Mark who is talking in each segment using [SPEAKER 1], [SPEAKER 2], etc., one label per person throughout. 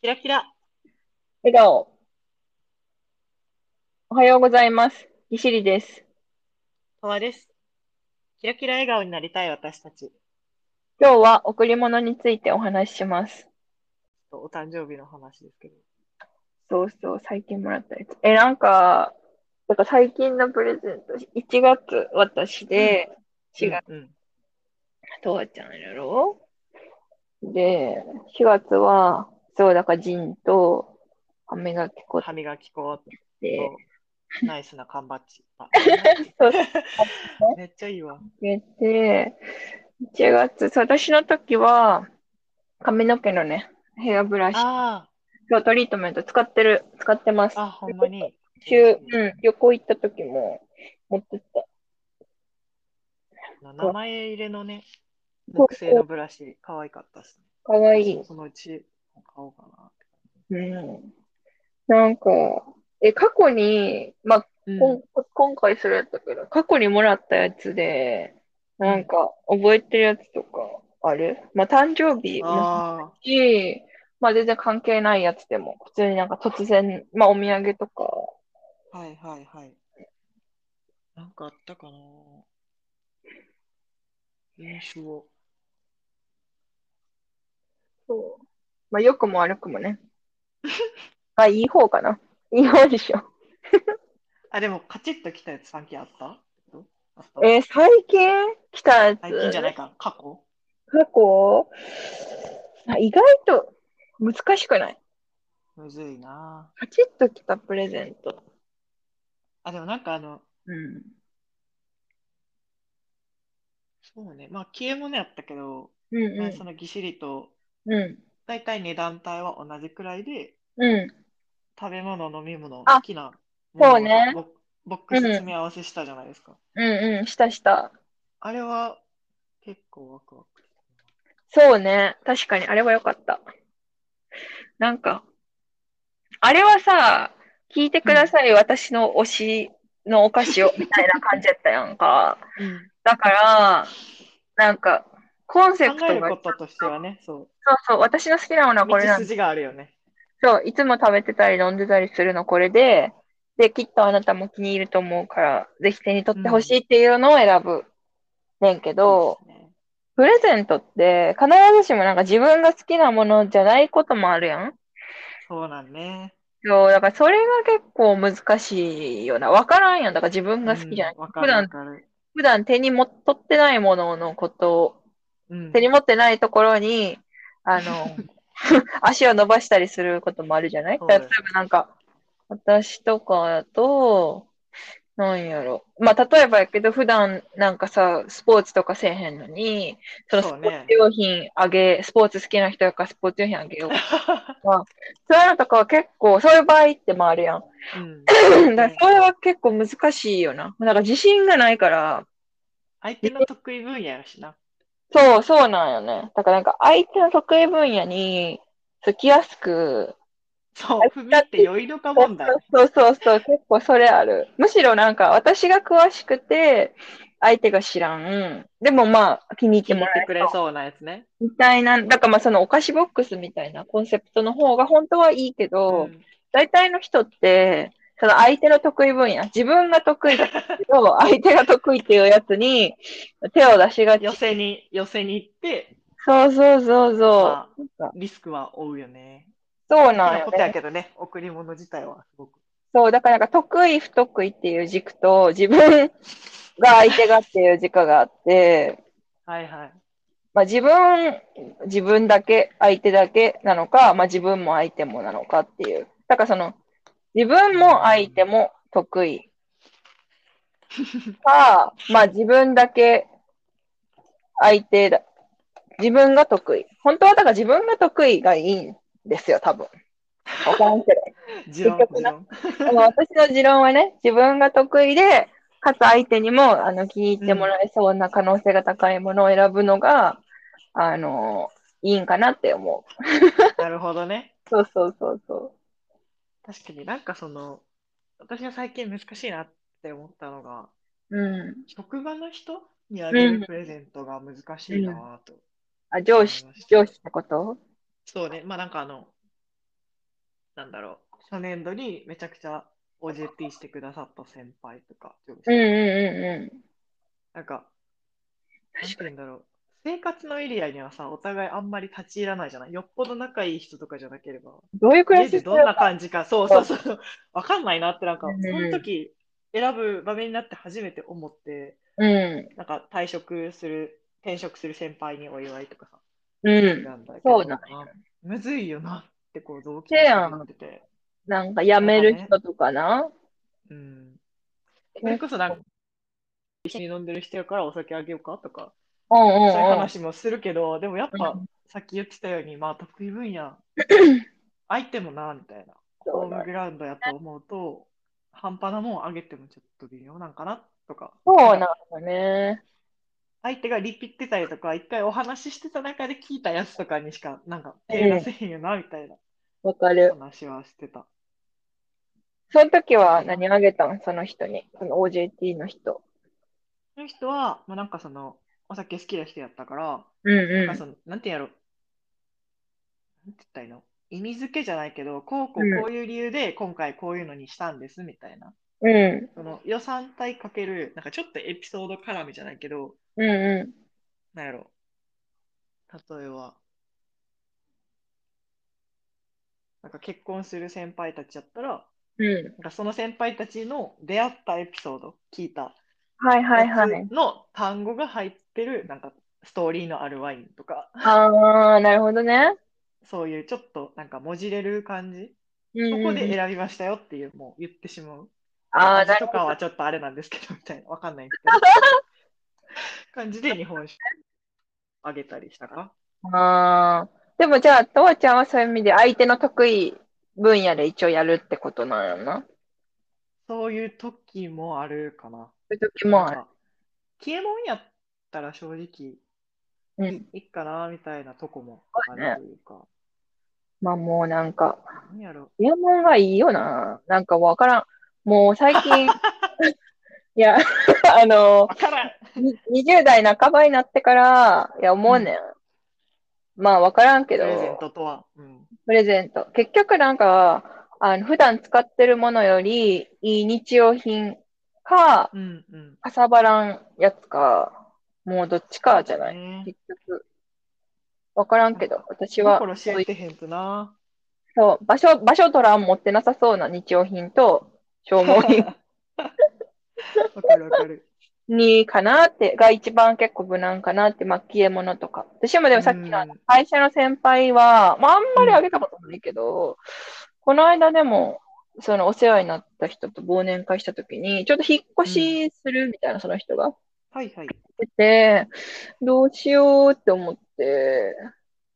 [SPEAKER 1] キラキラ。
[SPEAKER 2] 笑顔。おはようございます。ぎしりです。
[SPEAKER 1] パワです。キラキラ笑顔になりたい私たち。
[SPEAKER 2] 今日は贈り物についてお話しします。
[SPEAKER 1] お誕生日の話ですけど。
[SPEAKER 2] そうそう、最近もらったやつ。え、なんか、なんか最近のプレゼント、1月私で、4月、
[SPEAKER 1] うん。
[SPEAKER 2] とわちゃんやろで、4月は、そう、だからジンと歯磨き粉っ
[SPEAKER 1] 歯磨き粉と、
[SPEAKER 2] て、
[SPEAKER 1] ナイスな缶バッ ジ。あ
[SPEAKER 2] そう
[SPEAKER 1] めっちゃいい わ。
[SPEAKER 2] 入れて、1月、そう私の時は、髪の毛のね、ヘアブラシ、
[SPEAKER 1] あ
[SPEAKER 2] そうトリートメント使ってる、使ってます
[SPEAKER 1] あ、。あ、ほんまに。
[SPEAKER 2] 週、うん、旅行行った時も持ってった。
[SPEAKER 1] 名前入れのね、木製のブラシ、可愛かったっすね。
[SPEAKER 2] かわいい。
[SPEAKER 1] そのうち、買おうかなって
[SPEAKER 2] うん。なんか、え、過去に、まあ、
[SPEAKER 1] うん
[SPEAKER 2] こん今回それやったけど、過去にもらったやつで、なんか、覚えてるやつとかあるまあ、誕生日も
[SPEAKER 1] ああ、
[SPEAKER 2] し、まあ、全然関係ないやつでも、普通になんか突然、まあ、お土産とか、
[SPEAKER 1] はいはいはい。なんかあったかな印象。
[SPEAKER 2] そう。まあ、良くも悪くもね。 まあ、いい方かな。いい方でしょ。
[SPEAKER 1] あ、でも、カチッときたやつ、最近あったどあった
[SPEAKER 2] えー最近来たやつ
[SPEAKER 1] 最近じゃないか、過去
[SPEAKER 2] 過去あ意外と難しくない
[SPEAKER 1] むずいな
[SPEAKER 2] カチッときたプレゼント。
[SPEAKER 1] あ、でもなんかあの、
[SPEAKER 2] うん。
[SPEAKER 1] そうね、まあ、消え物やったけど、
[SPEAKER 2] うん
[SPEAKER 1] まあそのぎっしりと、
[SPEAKER 2] うん。う
[SPEAKER 1] だいたい値段帯は同じくらいで、
[SPEAKER 2] ん。うん。
[SPEAKER 1] 食べ物、飲み物、
[SPEAKER 2] あ
[SPEAKER 1] 好きなもの
[SPEAKER 2] そうね
[SPEAKER 1] ボボックス詰め合わせしたじゃないですか。
[SPEAKER 2] うんうん。したした。
[SPEAKER 1] あれは、結構ワクワク。
[SPEAKER 2] そうね。確かに、あれは良かった。なんか、あれはさ、聞いてください、私の推しのお菓子を、みたいな感じやったやんか。だから、なんか、コンセプ
[SPEAKER 1] 考え
[SPEAKER 2] ト
[SPEAKER 1] る
[SPEAKER 2] が、
[SPEAKER 1] こ
[SPEAKER 2] そう
[SPEAKER 1] ととしてはね、そ
[SPEAKER 2] そう、私の好きなものは
[SPEAKER 1] う、
[SPEAKER 2] これ
[SPEAKER 1] 道
[SPEAKER 2] なんだ
[SPEAKER 1] 筋があるよね。
[SPEAKER 2] そう、いつも食べてたり飲んでたりするのこれで、で、きっとあなたも気に入ると思うから、ぜひ手に取ってほしいっていうのを選ぶねんけど、
[SPEAKER 1] いいですね
[SPEAKER 2] プレゼントって必ずしもなんか自分が好きなものじゃないこともあるやん。
[SPEAKER 1] そうなんね。
[SPEAKER 2] そう、だからそれが結構難しいよな。わからんやん。だから自分が好きじゃない。
[SPEAKER 1] うんわか
[SPEAKER 2] 普
[SPEAKER 1] る
[SPEAKER 2] 段
[SPEAKER 1] わかる。
[SPEAKER 2] 普段手にも取ってないもののことを、
[SPEAKER 1] うん
[SPEAKER 2] 手に持ってないところに、あ の、足を伸ばしたりすることもあるじゃない
[SPEAKER 1] そう
[SPEAKER 2] 例
[SPEAKER 1] だ
[SPEAKER 2] え
[SPEAKER 1] よ
[SPEAKER 2] ばなんか、私とかだと、なんやろ。まあ、例えばやけど、普段なんかさ、スポーツとかせえへんのに、そのス
[SPEAKER 1] そ
[SPEAKER 2] ポ
[SPEAKER 1] うね
[SPEAKER 2] ーツ用品あげ、スポーツ好きな人やからスポーツ用品あげよう。そういうのとかは結構、そういう場合ってもあるやん。
[SPEAKER 1] うん
[SPEAKER 2] だからそれは結構難しいよな。なんか自信がないから、
[SPEAKER 1] 相手の得意分野やしな。
[SPEAKER 2] そう、そうなんよね。だからなんか相手の得意分野につきやすく、
[SPEAKER 1] そう、踏み入って酔いどか問題。
[SPEAKER 2] そうそうそう、結構それある。むしろなんか私が詳しくて、相手が知らん。でもまあ、気に入って
[SPEAKER 1] 気に
[SPEAKER 2] も
[SPEAKER 1] 入っ
[SPEAKER 2] ら
[SPEAKER 1] て
[SPEAKER 2] え
[SPEAKER 1] くれそうなやつね。
[SPEAKER 2] みたいな、だからまあそのお菓子ボックスみたいなコンセプトの方が本当はいいけ
[SPEAKER 1] う
[SPEAKER 2] ど、
[SPEAKER 1] ん
[SPEAKER 2] 大体の人って、その相手の得意分野、自分が得意だ けど、相手が得意っていうやつに手を出しがち。
[SPEAKER 1] 寄せに、寄せに行って、
[SPEAKER 2] そうそうそうそう。
[SPEAKER 1] まあ、リスクは負うよね。
[SPEAKER 2] そうなん
[SPEAKER 1] な
[SPEAKER 2] よ
[SPEAKER 1] ことや
[SPEAKER 2] ね。
[SPEAKER 1] けどね、贈り物自体はすごく。
[SPEAKER 2] そう、だからなんか得意不得意っていう軸と、自分が相手がっていう軸があって、
[SPEAKER 1] はいはい。
[SPEAKER 2] まあ、自分、自分だけ、相手だけなのか、まあ、自分も相手もなのかっていう。だからその、自分も相手も得意。か、まあ、自分だけ、相手だ、自分が得意。本当はだから自分が得意がいいんですよ、多分。わからんけど。
[SPEAKER 1] 持論、
[SPEAKER 2] 結局
[SPEAKER 1] 持
[SPEAKER 2] な
[SPEAKER 1] 論。
[SPEAKER 2] でも私の持論はね、自分が得意で、かつ相手にもあの気に入ってもらえそうな可能性が高いものを選ぶのが、あの、いいんかなって思う。
[SPEAKER 1] なるほどね。
[SPEAKER 2] そうそうそうそ
[SPEAKER 1] 確かになんかその、私が最近難しいなって思ったのが、
[SPEAKER 2] う。うん。
[SPEAKER 1] 職場の人にあげるプレゼントが難しいなぁと。
[SPEAKER 2] あ、上司、上司ってこと
[SPEAKER 1] そうね、まあなんかあの、なんだろう、初年度にめちゃくちゃ OJT してくださった先輩とか、上司
[SPEAKER 2] うんうんうん。
[SPEAKER 1] なんか、なん
[SPEAKER 2] 確
[SPEAKER 1] て
[SPEAKER 2] か
[SPEAKER 1] 言
[SPEAKER 2] に。
[SPEAKER 1] うんだろう。生活のエリアにはさ、お互いあんまり立ち入らないじゃないよっぽど仲いい人とかじゃなければ、
[SPEAKER 2] どういう暮ら
[SPEAKER 1] 家
[SPEAKER 2] し
[SPEAKER 1] で
[SPEAKER 2] して
[SPEAKER 1] どん
[SPEAKER 2] る
[SPEAKER 1] な感じか、そうそうそう、わかんないなって、なんか、
[SPEAKER 2] うん
[SPEAKER 1] その時、選ぶ場面になって初めて思って、
[SPEAKER 2] うん。
[SPEAKER 1] なんか退職する、転職する先輩にお祝いとかさ、
[SPEAKER 2] う
[SPEAKER 1] 選
[SPEAKER 2] ん。
[SPEAKER 1] んだけど、
[SPEAKER 2] そうなん
[SPEAKER 1] あむずいよなってこう、同期
[SPEAKER 2] せやん
[SPEAKER 1] と言ってて、
[SPEAKER 2] なんか辞める人とかな。
[SPEAKER 1] うん。それこそなんか、一緒に飲んでる人やからお酒あげようかとか、
[SPEAKER 2] うんう
[SPEAKER 1] そ
[SPEAKER 2] ん
[SPEAKER 1] ういう
[SPEAKER 2] うん。
[SPEAKER 1] 話もするけど、でもやっぱ、
[SPEAKER 2] うん
[SPEAKER 1] さっき言ってたように、まあ、得意分 野、相手もな、みたいな。
[SPEAKER 2] そ
[SPEAKER 1] ホ
[SPEAKER 2] う
[SPEAKER 1] ー
[SPEAKER 2] だ
[SPEAKER 1] ムグラウンドやと思うと、半端なもん上げてもちょっと微妙なんかなとか。
[SPEAKER 2] そうなんだね。
[SPEAKER 1] 相手がリピってたりとか、一回お話ししてた中で聞いたやつとかにしか、なんか手出せへんよな、みたいな
[SPEAKER 2] わかる。
[SPEAKER 1] 話はしてた。
[SPEAKER 2] その時は何あげたんその人に。その OJT の人。
[SPEAKER 1] その人は、もうなんかその、お酒好きな人やったから、
[SPEAKER 2] うん
[SPEAKER 1] なん
[SPEAKER 2] う
[SPEAKER 1] か
[SPEAKER 2] ん。
[SPEAKER 1] その、なんて言うんやろ、なんて言ったらいいの意味付けじゃないけど、こうこ
[SPEAKER 2] うん
[SPEAKER 1] うこういう理由で今回こういうのにしたんです、みたいな。
[SPEAKER 2] うん。
[SPEAKER 1] その予算対かける、なんかちょっとエピソード絡みじゃないけど、
[SPEAKER 2] うんう
[SPEAKER 1] なんやろ、例えば、なんか結婚する先輩たちやったら、
[SPEAKER 2] ん。う
[SPEAKER 1] なんかその先輩たちの出会ったエピソード、聞いた
[SPEAKER 2] ん。はいはいは
[SPEAKER 1] や
[SPEAKER 2] い。
[SPEAKER 1] つの単語が入ってる、なんかストーリーのあるワインとか、
[SPEAKER 2] ああ、なるほどね。
[SPEAKER 1] そういうちょっとなんかもじれる感じ、
[SPEAKER 2] うん
[SPEAKER 1] こ
[SPEAKER 2] うん
[SPEAKER 1] こ
[SPEAKER 2] うん
[SPEAKER 1] で選びましたよっていう、もう言ってしまう。
[SPEAKER 2] ああ、
[SPEAKER 1] 味
[SPEAKER 2] な
[SPEAKER 1] と
[SPEAKER 2] る
[SPEAKER 1] か
[SPEAKER 2] ほど。
[SPEAKER 1] はちょっとあれなんですけど、みたいな、わかんないんですけど、感じで日本酒あげたりしたかな。
[SPEAKER 2] ああ。でもじゃあ、とわちゃんはそういう意味で相手の得意分野で一応やるってことなんやな。そ
[SPEAKER 1] そういう時もあるかな。
[SPEAKER 2] ういう時も
[SPEAKER 1] な
[SPEAKER 2] あ
[SPEAKER 1] ん
[SPEAKER 2] る。
[SPEAKER 1] か消えもんやったら正直
[SPEAKER 2] うん。
[SPEAKER 1] いっかなみたいなとこもあるというか、
[SPEAKER 2] まあもうなんか、
[SPEAKER 1] なんやろ。
[SPEAKER 2] 入門がいいよな。なんかわからん。もう最 近、いや、あの、
[SPEAKER 1] わからん
[SPEAKER 2] に20代半ばになってから、いや、思うねん。まあわからんけ
[SPEAKER 1] プ
[SPEAKER 2] ど、
[SPEAKER 1] レゼントとは。うん。
[SPEAKER 2] プレゼント。結局なんか、あの、普段使ってるものより、いい日用品か、
[SPEAKER 1] うんうん。
[SPEAKER 2] かさばらんやつか、もうどっちかじゃない。
[SPEAKER 1] ね
[SPEAKER 2] 結局、わからんけど、私は、
[SPEAKER 1] 心知
[SPEAKER 2] そう
[SPEAKER 1] れ
[SPEAKER 2] い
[SPEAKER 1] てへんとな。
[SPEAKER 2] そう、場所、場所取らん持ってなさそうな日用品と、消
[SPEAKER 1] わ
[SPEAKER 2] 耗品
[SPEAKER 1] かるわかる。
[SPEAKER 2] にかなって、が一番結構無難かなって、まあ、消え物とか。私もでもさっきの
[SPEAKER 1] うん
[SPEAKER 2] 会社の先輩は、まあ、あんまりあげたことないけど、この間でも、そのお世話になった人と忘年会した時に、ちょっと引っ越しするみたいな、その人が。
[SPEAKER 1] はいはい。
[SPEAKER 2] ってて、どうしようって思って、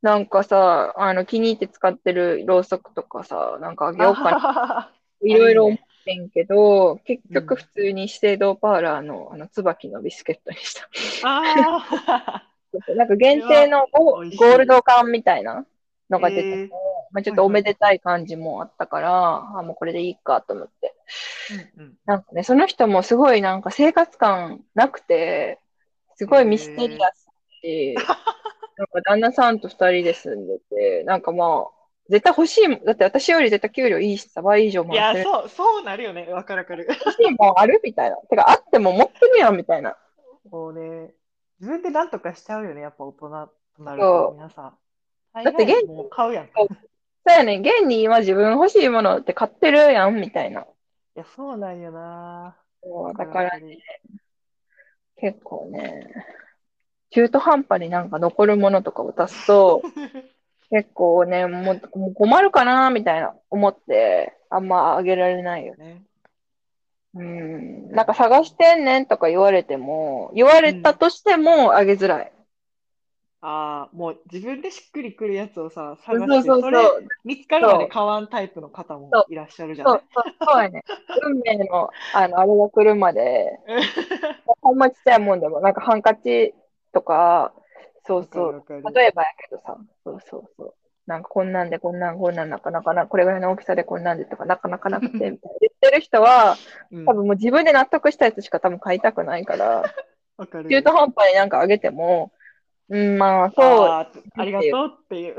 [SPEAKER 2] なんかさ、あの、気に入って使ってるろうそくとかさ、なんかあげようかな。いろいろ思ってんけど、結局普通に資生堂パーラーのあの椿のビスケットに した。
[SPEAKER 1] ああ。
[SPEAKER 2] なんか限定のゴ
[SPEAKER 1] 美味しい
[SPEAKER 2] ゴールド缶みたいな のが出てて、
[SPEAKER 1] えー
[SPEAKER 2] まあ、ちょっとおめでたい感じもあったから、あ、もうこれでいいかと思って。
[SPEAKER 1] うんうん。
[SPEAKER 2] なんかね、その人もすごいなんか生活感なくて、すごいミステリアスし、 なんか旦那さんと二人で住んでて、なんかまあ、絶対欲しいもん、だって私より絶対給料いいしさ、倍以上も
[SPEAKER 1] い
[SPEAKER 2] らっ
[SPEAKER 1] や
[SPEAKER 2] て、る。
[SPEAKER 1] そう、そうなるよね。わかるわかる。
[SPEAKER 2] 欲しいもんあるみたいな。てか、あっても持ってるやんみたいな。
[SPEAKER 1] もうね、自分で何とかしちゃうよね。やっぱ大人となる
[SPEAKER 2] そ
[SPEAKER 1] と、
[SPEAKER 2] う
[SPEAKER 1] 皆さん。
[SPEAKER 2] だって現
[SPEAKER 1] もう買うやん。い
[SPEAKER 2] そうやねん、現に今自分欲しいものって買ってるやんみたいな。
[SPEAKER 1] や、そうなんよな。
[SPEAKER 2] そう
[SPEAKER 1] わ
[SPEAKER 2] だ
[SPEAKER 1] る
[SPEAKER 2] か
[SPEAKER 1] わ
[SPEAKER 2] ら
[SPEAKER 1] る
[SPEAKER 2] 結構ね、中途半端になんか残るものとかを足すと、結構ね、もうもう困るかなみたいな思って、あんまあげられないよね。
[SPEAKER 1] ね。
[SPEAKER 2] うん。なんか探してんねんとか言われても、言われたとしてもあげづらい。
[SPEAKER 1] ああ、もう自分でしっくりくるやつをさ、
[SPEAKER 2] そう
[SPEAKER 1] 探して、
[SPEAKER 2] そうそ
[SPEAKER 1] そ
[SPEAKER 2] うそう。
[SPEAKER 1] れ
[SPEAKER 2] そう
[SPEAKER 1] 見つかるまで買わんタイプの方もいらっしゃるじゃ
[SPEAKER 2] そ
[SPEAKER 1] な
[SPEAKER 2] う
[SPEAKER 1] い。
[SPEAKER 2] そうやね。運命の、あの、あれが来る まで、ほんまちっちゃいもんでも、なんかハンカチとか、そうそう。
[SPEAKER 1] わかるわかる
[SPEAKER 2] 例えばやけどさ、そうそうそう。なんかこんなんでこんなんこんなんなかなかな、これぐらいの大きさでこんなんでとかなかなかなくて、みたいな言ってる人は、
[SPEAKER 1] うん
[SPEAKER 2] 多分もう自分で納得したやつしか多分買いたくないから、
[SPEAKER 1] わかる
[SPEAKER 2] 中途半端になんかあげても、うん、まあそう、
[SPEAKER 1] あーありがとうっていう。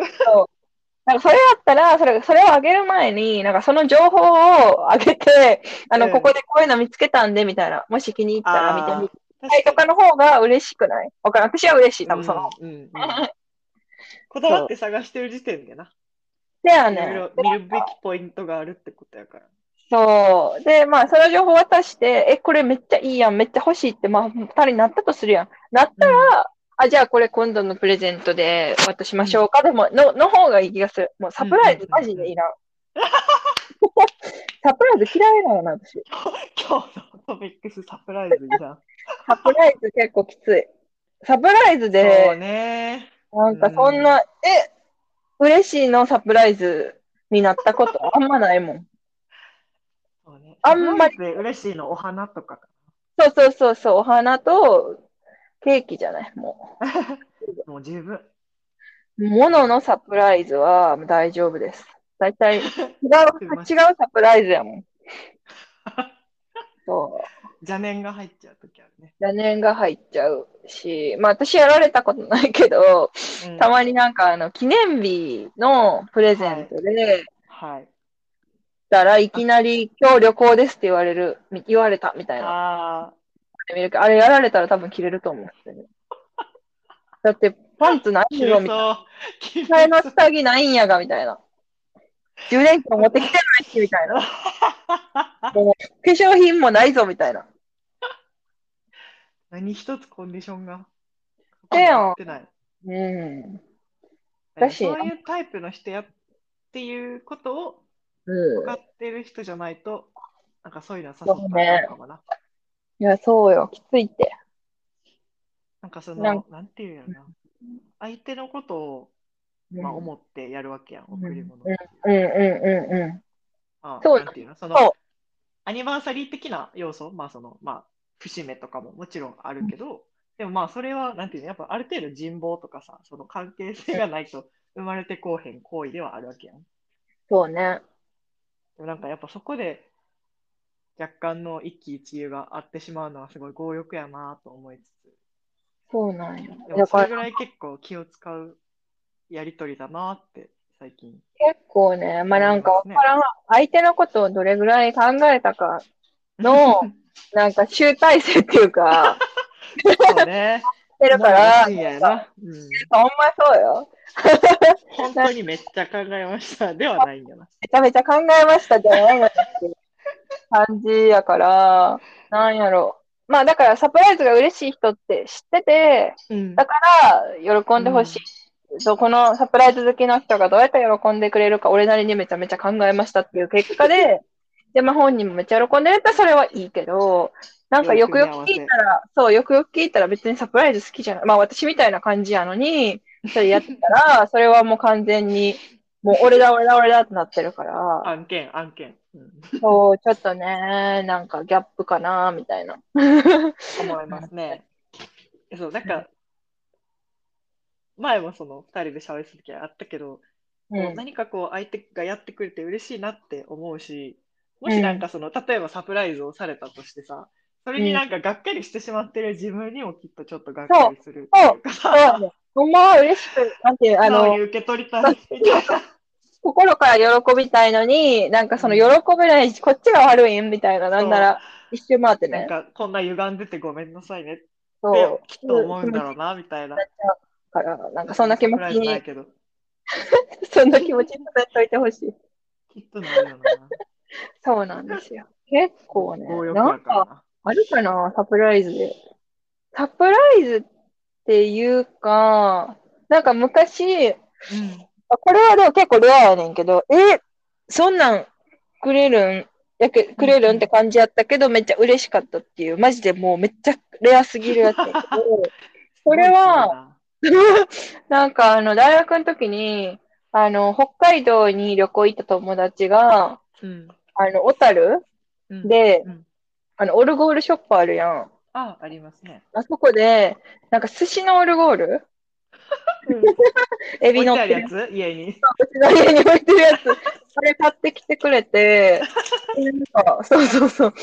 [SPEAKER 2] なんかそれだったら、それ、それをあげる前に、なんかその情報をあげて、あの、
[SPEAKER 1] うん
[SPEAKER 2] ここでこういうの見つけたんで、みたいな。もし気に入ったら、みたいな。
[SPEAKER 1] あー確
[SPEAKER 2] はいとかの方が嬉しくないわからん。私は嬉しい。多分その方。
[SPEAKER 1] うんうん うんこだわって探してる時点でな。
[SPEAKER 2] ではね。
[SPEAKER 1] いろいろ見るべきポイントがあるってことやから。
[SPEAKER 2] そう。で、まあ、その情報渡して、え、これめっちゃいいやん、めっちゃ欲しいって、まあ、二人なったとするやん。なったら、あ、じゃあこれ今度のプレゼントで渡しましょうか。でも、の、の方がいい気がする。もうサプライ
[SPEAKER 1] うん
[SPEAKER 2] ズ
[SPEAKER 1] うん
[SPEAKER 2] マ
[SPEAKER 1] うん
[SPEAKER 2] ジでいらん。 サプライズ嫌いなのな、私。
[SPEAKER 1] 今日のトピックスサプライズじゃん。
[SPEAKER 2] サプライズ結構きつい。サプライズ
[SPEAKER 1] そう
[SPEAKER 2] で、
[SPEAKER 1] ね。
[SPEAKER 2] なんかそんな、え、嬉しいのサプライズになったことあんまないもん。
[SPEAKER 1] そうね
[SPEAKER 2] あんまり
[SPEAKER 1] サプライズで嬉しいのお花とかか
[SPEAKER 2] そうそうそうそう、お花とケーキじゃない、もう。
[SPEAKER 1] もう十分。
[SPEAKER 2] もののサプライズは大丈夫です。大体違う、違うサプライズやもん。そう。
[SPEAKER 1] 邪念が入っちゃう時あるね。
[SPEAKER 2] 邪念が入っちゃうし、まあ私やられたことないけど、
[SPEAKER 1] うん
[SPEAKER 2] たまになんかあの記念日のプレゼントで、
[SPEAKER 1] はい。
[SPEAKER 2] たらいきなり今日旅行ですって言われる、み言われたみたい
[SPEAKER 1] あ
[SPEAKER 2] な。見るけどあれやられたら多分切れると思う。普通にだってパンツない
[SPEAKER 1] あ、
[SPEAKER 2] よみたいな。
[SPEAKER 1] 切れ
[SPEAKER 2] 替えの
[SPEAKER 1] そう。
[SPEAKER 2] 下着ないんやが、みたいな。充電器も持ってきてないし、みたいな。もう化粧品もないぞ、みたいな。
[SPEAKER 1] 何一つコンディションが。
[SPEAKER 2] せやん
[SPEAKER 1] ってない。
[SPEAKER 2] うん。
[SPEAKER 1] そう
[SPEAKER 2] だし
[SPEAKER 1] いうタイプの人やっていうことを
[SPEAKER 2] う
[SPEAKER 1] 分
[SPEAKER 2] ん。
[SPEAKER 1] かってる人じゃないと、なんかそういうのは誘ったらあかんかもな。
[SPEAKER 2] いや、そうよ。きついって。
[SPEAKER 1] なんかそ
[SPEAKER 2] な
[SPEAKER 1] の
[SPEAKER 2] ん、
[SPEAKER 1] なんていうんやろな。相手のことを、
[SPEAKER 2] うん、
[SPEAKER 1] まあ、思ってやるわけやん、
[SPEAKER 2] うん
[SPEAKER 1] 贈り物。
[SPEAKER 2] うん、うん、うん、う
[SPEAKER 1] まあ
[SPEAKER 2] そう
[SPEAKER 1] なんていうのそ
[SPEAKER 2] そう
[SPEAKER 1] の、アニバーサリー的な要素、まあその、まあ、節目とかももちろんあるけど、でもまあそれは、なんていうの、やっぱある程度人望とかさ、その関係性がないと生まれてこうへん行為ではあるわけやん。
[SPEAKER 2] ん。そうね。
[SPEAKER 1] でもなんかやっぱそこで若干の一喜一憂があってしまうのはすごい強欲やなと思いつ
[SPEAKER 2] そうなんよ
[SPEAKER 1] つ、で。も
[SPEAKER 2] だ
[SPEAKER 1] そ
[SPEAKER 2] か
[SPEAKER 1] れぐ
[SPEAKER 2] ら、
[SPEAKER 1] らい結構気を使うやりとりだなって最近。
[SPEAKER 2] 結構ね、まあなんかわ
[SPEAKER 1] そうですね
[SPEAKER 2] からん。相手のことをどれぐらい考えたかの、なんか集大成っていう か、
[SPEAKER 1] そうね。
[SPEAKER 2] してるか
[SPEAKER 1] もうやら
[SPEAKER 2] ら、
[SPEAKER 1] しいんやな、うん。
[SPEAKER 2] ほんまそうよ。
[SPEAKER 1] 本当にめっちゃ考えました。ではないんやな。
[SPEAKER 2] めちゃめちゃ考えましたじゃないのって感じやから、なんやろ。まあだからサプライズが嬉しい人って知ってて、
[SPEAKER 1] うん
[SPEAKER 2] だから喜んでほしい。そうこのサプライズ好きの人がどうやって喜んでくれるか、俺なりにめちゃめちゃ考えましたっていう結果で、 で、まあ本人もめっちゃ喜んでるってそれはいいけど、なんかよくよく聞いたら、そう、よくよく聞いたら別にサプライズ好きじゃない。まあ私みたいな感じやのに、それやったら、それはもう完全に、もう俺だ俺だ俺だってなってるから。
[SPEAKER 1] 案件、案件。うん、
[SPEAKER 2] そう、ちょっとね、なんかギャップかな、みたいな。
[SPEAKER 1] 思いますね。そう、なんか、前もその2人で喋る時あったけど、
[SPEAKER 2] う、
[SPEAKER 1] こうん何かこう相手がやってくれて嬉しいなって思うし、もしなんかその、例えばサプライズをされたとしてさ、それになんかがっかりしてしまってる自分にもきっとちょっとがっかりするっていうか
[SPEAKER 2] そ
[SPEAKER 1] さ
[SPEAKER 2] うやね。ほんまは嬉しく、なんていう、あ
[SPEAKER 1] 素直
[SPEAKER 2] の
[SPEAKER 1] に、受け取りたいみたいな。
[SPEAKER 2] 心から喜びたいのに、なんかその喜べないし、こっちが悪いんみたいな、なんなら、一周回って
[SPEAKER 1] なん
[SPEAKER 2] ね。
[SPEAKER 1] かこんな歪んでてごめんなさいねって
[SPEAKER 2] そう。
[SPEAKER 1] きっと思うんだろうなみたいな。
[SPEAKER 2] から、なんかそんな気持
[SPEAKER 1] サ
[SPEAKER 2] ち
[SPEAKER 1] プライズない
[SPEAKER 2] に、
[SPEAKER 1] けど、
[SPEAKER 2] そんな気持ちにさせといてほしい。
[SPEAKER 1] きっとなるよな。
[SPEAKER 2] そうなんですよ。結構ね
[SPEAKER 1] 強、欲
[SPEAKER 2] な
[SPEAKER 1] だ
[SPEAKER 2] ん
[SPEAKER 1] か
[SPEAKER 2] か、
[SPEAKER 1] らな。
[SPEAKER 2] あるかな、サプライズで。サプライズっていうか、なんか昔、
[SPEAKER 1] うん
[SPEAKER 2] あこれはでも結構レアやねんけど、え、そんなんくれるんやけくれるんって感じやったけど、めっちゃ嬉しかったっていう、マジでもうめっちゃレアすぎるやつや けど、これは、なんかあの、大学の時に、あの、北海道に旅行行った友達が、
[SPEAKER 1] うん
[SPEAKER 2] あの、小樽
[SPEAKER 1] うん、
[SPEAKER 2] で、
[SPEAKER 1] うん
[SPEAKER 2] あの、オルゴールショップあるやん。
[SPEAKER 1] あ、ありますね。
[SPEAKER 2] あそこで、なんか寿司のオルゴール エビ
[SPEAKER 1] 置い
[SPEAKER 2] の
[SPEAKER 1] て
[SPEAKER 2] って
[SPEAKER 1] あ
[SPEAKER 2] る
[SPEAKER 1] るやつ家に。
[SPEAKER 2] うちの家に置いてるやつ、それ買ってきてくれ て、なんか、そうそうそう、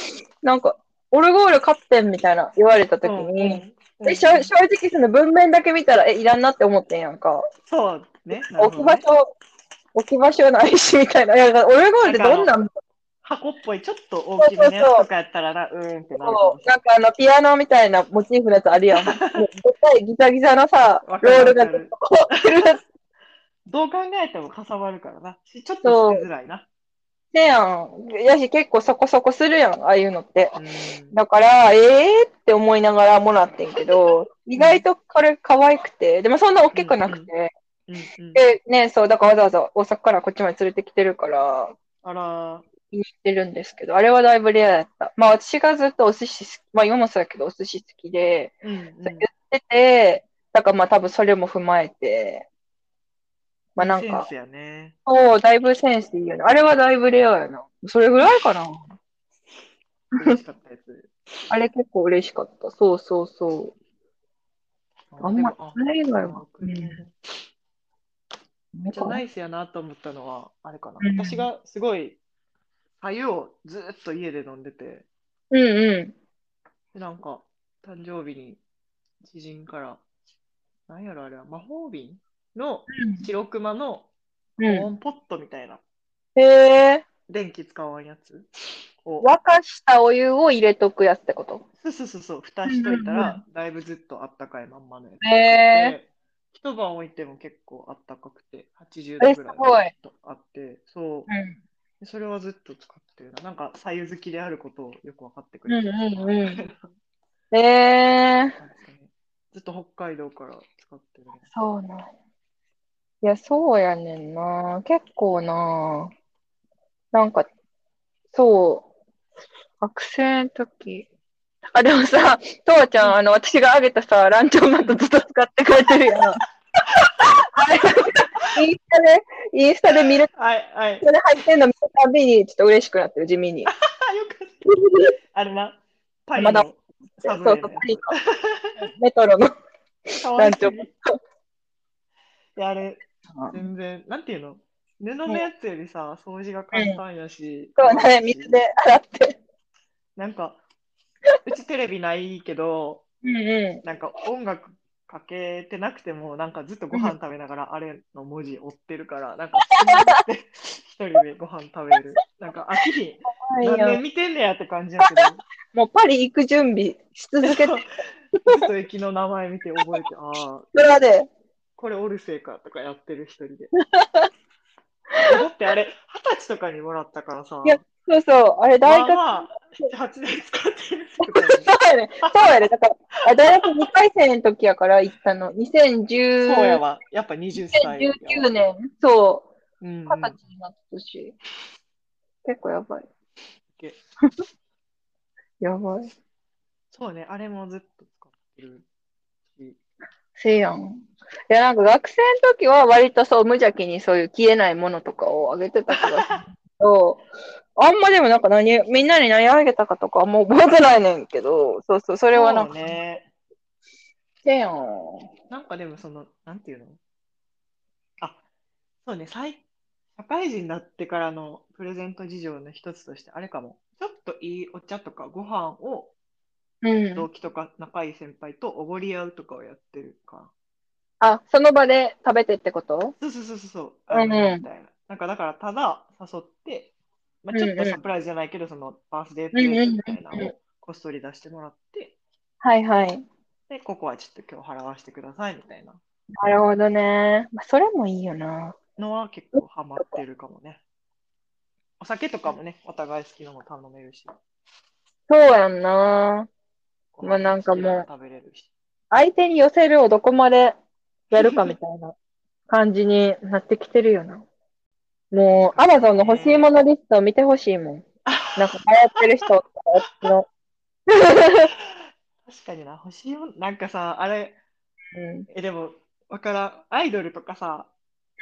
[SPEAKER 2] なんか、オルゴール買ってんみたいな言われたときに、
[SPEAKER 1] うん
[SPEAKER 2] で正正直その文面だけ見たら、え、いらんなって思ってんやんか。
[SPEAKER 1] そうね。なる
[SPEAKER 2] 置
[SPEAKER 1] ほど
[SPEAKER 2] き場
[SPEAKER 1] ね
[SPEAKER 2] 所置き場所ないし、みたいな。いや、だからオルゴールってどんなん
[SPEAKER 1] 箱っぽい、ちょっと大きめのやつとかやったらな、うーんってなるかもしれ
[SPEAKER 2] なんかあの、ピアノみたいなモチーフのやつあるやん。もうでっかいギザギザのさ
[SPEAKER 1] わ、か
[SPEAKER 2] ロ
[SPEAKER 1] る
[SPEAKER 2] ールがずっとこう ってるやつ。
[SPEAKER 1] どう考えてもかさばるからな。しちょっと捨てづらいな。
[SPEAKER 2] せやん。やし、結構そこそこするやん、ああいうのって。
[SPEAKER 1] うん
[SPEAKER 2] だから、ええー、って思いながらもらってんけど、意外とこれ可愛くて、でもそんな大きくなくて、
[SPEAKER 1] うんうん
[SPEAKER 2] で、ね、そう、だからわざわざ大阪からこっちまで連れてきてるから、
[SPEAKER 1] あらー、
[SPEAKER 2] 気に入ってるんですけど、あれはだいぶレアだった。まあ私がずっとお寿司好き、まあ今もそうだけどお寿司好きで、
[SPEAKER 1] うん
[SPEAKER 2] そう言ってて、だからまあ多分それも踏まえて、まあ
[SPEAKER 1] う。
[SPEAKER 2] なんん
[SPEAKER 1] セン
[SPEAKER 2] か、
[SPEAKER 1] スやね。
[SPEAKER 2] そう、だいぶセンスいいよね。あれはだいぶレアやな。それぐらいかな。
[SPEAKER 1] 嬉しかったやつ。
[SPEAKER 2] あれ結構嬉しかった。そうそうそう。 あんま
[SPEAKER 1] でも
[SPEAKER 2] あれ以外は、う
[SPEAKER 1] うん
[SPEAKER 2] ん。
[SPEAKER 1] めっちゃナイスやなと思ったのは、あれかな。
[SPEAKER 2] うん
[SPEAKER 1] 私がすごい、鮎をずーっと家で飲んでて、
[SPEAKER 2] うんうん。
[SPEAKER 1] でなんか、誕生日に知人から、なんやろあれは、魔法瓶の白熊の
[SPEAKER 2] う
[SPEAKER 1] 保
[SPEAKER 2] ん。
[SPEAKER 1] 温ポットみたいな、
[SPEAKER 2] へえ。
[SPEAKER 1] 電気使わんやつを、
[SPEAKER 2] 沸かしたお湯を入れとくやつってこと
[SPEAKER 1] そうそうそうそう、蓋しといた
[SPEAKER 2] うんうん
[SPEAKER 1] ら、だいぶずっとあったかいまんまのやつ。
[SPEAKER 2] へ
[SPEAKER 1] で一晩置いても結構あったかくて、80
[SPEAKER 2] え
[SPEAKER 1] 度
[SPEAKER 2] す
[SPEAKER 1] ぐらい
[SPEAKER 2] ごい
[SPEAKER 1] ずっとあって、そう、
[SPEAKER 2] うん。
[SPEAKER 1] でそれはずっと使ってるな。なんか、左右好きであることをよく分かってく
[SPEAKER 2] う
[SPEAKER 1] れ
[SPEAKER 2] ん
[SPEAKER 1] てる
[SPEAKER 2] うんうん。へ
[SPEAKER 1] 感
[SPEAKER 2] え。
[SPEAKER 1] じだね ずっと北海道から使ってるね。
[SPEAKER 2] そうなんや。いや、そうやねんな。結構な。なんか、そう。学生の時。あ、でもさ、父ちゃん、あの、私があげたさ、ランチョンマットずっと使ってくれてる やん。あれ、インスタで、インスタで見る、
[SPEAKER 1] はい、はい。
[SPEAKER 2] それ入ってんの見るたびに、ちょっと嬉しくなってる、地味に。
[SPEAKER 1] あ、よかった。あれな、パリ
[SPEAKER 2] まだ
[SPEAKER 1] のサブウェイの
[SPEAKER 2] そうそ
[SPEAKER 1] や
[SPEAKER 2] うパリの メトロの。
[SPEAKER 1] つ。かわいい。
[SPEAKER 2] なん
[SPEAKER 1] い や、あれ、全然、なんていうの布のやつよりさ、掃除が簡単やし。
[SPEAKER 2] そう
[SPEAKER 1] 可愛
[SPEAKER 2] ね、
[SPEAKER 1] いし
[SPEAKER 2] 水で洗って。
[SPEAKER 1] なんか、うちテレビないけど、
[SPEAKER 2] うんう
[SPEAKER 1] なんか音楽かけてなくても、なんかずっとご飯食べながら、あれの文字追ってるから、なんか、一人でご飯食べる。なんか、飽きひん。
[SPEAKER 2] ん。 はい
[SPEAKER 1] 何
[SPEAKER 2] や
[SPEAKER 1] 年見てんねやって感じやけど、
[SPEAKER 2] もうパリ行く準備し続けて
[SPEAKER 1] そうずっと駅の名前見て覚えて、ああ、
[SPEAKER 2] それまで。
[SPEAKER 1] これオルセーかとかやってる一人 で。だってあれ、二十歳とかにもらったからさ、
[SPEAKER 2] いやそうそう。あれ、大学、
[SPEAKER 1] まあまあ、7、8年使ってる人とか
[SPEAKER 2] そうやね。そうやね。だから、あ大学2回生の時やから行ったの。
[SPEAKER 1] に。そうや
[SPEAKER 2] 2010
[SPEAKER 1] わ、やっぱ20歳やわ。
[SPEAKER 2] 2019年。そう。
[SPEAKER 1] うんうん
[SPEAKER 2] 二十歳になった年。結構やばい
[SPEAKER 1] け。
[SPEAKER 2] やばい。
[SPEAKER 1] そうね、あれもずっと使ってるし。
[SPEAKER 2] せやん。いや、なんか学生の時は割とそう、無邪気にそういう消えないものとかをあげてた気がするけ ど、あんまでもなんか何、みんなに何あげたかとかあんま覚えてないねんけど、そうそう、そ
[SPEAKER 1] そ
[SPEAKER 2] れはなんか、
[SPEAKER 1] ね、
[SPEAKER 2] せやん。
[SPEAKER 1] なんかでもその、なんていうのあ、そうね、最社会人になってからのプレゼント事情の一つとして、あれかも。ちょっといいお茶とかご飯を
[SPEAKER 2] うん。
[SPEAKER 1] 同期とか仲いい先輩とおごり合うとかをやってるか。
[SPEAKER 2] あ、その場で食べてってこと
[SPEAKER 1] そうそうそうそうそう。
[SPEAKER 2] うん
[SPEAKER 1] あの
[SPEAKER 2] うん
[SPEAKER 1] みたいな。なんかだからただ誘って、まあ、ちょっ
[SPEAKER 2] うんう
[SPEAKER 1] と
[SPEAKER 2] ん
[SPEAKER 1] サプライズじゃないけど、そのバースデープレゼントみたいなのをこっそり出してもらって、
[SPEAKER 2] はいはい。
[SPEAKER 1] で、ここはちょっと今日払わせてくださいみたいな
[SPEAKER 2] なるほどね。まあ、それもいいよな。
[SPEAKER 1] のは結構ハマってるかもね。お酒とかもね、お互い好きなの頼めるし。
[SPEAKER 2] そうやんな。まあなんかもう
[SPEAKER 1] ご飯好きなの食べれるし。
[SPEAKER 2] 相手に寄せるをどこまでやるかみたいな感じになってきてるよな。もう、アマゾンの欲しいものリストを見てほしいもん。なんか流行ってる人とか、私の。
[SPEAKER 1] 確かにな、欲しいもん。なんかさ、あれ、
[SPEAKER 2] うん。
[SPEAKER 1] え、でも、わからん。アイドルとかさ、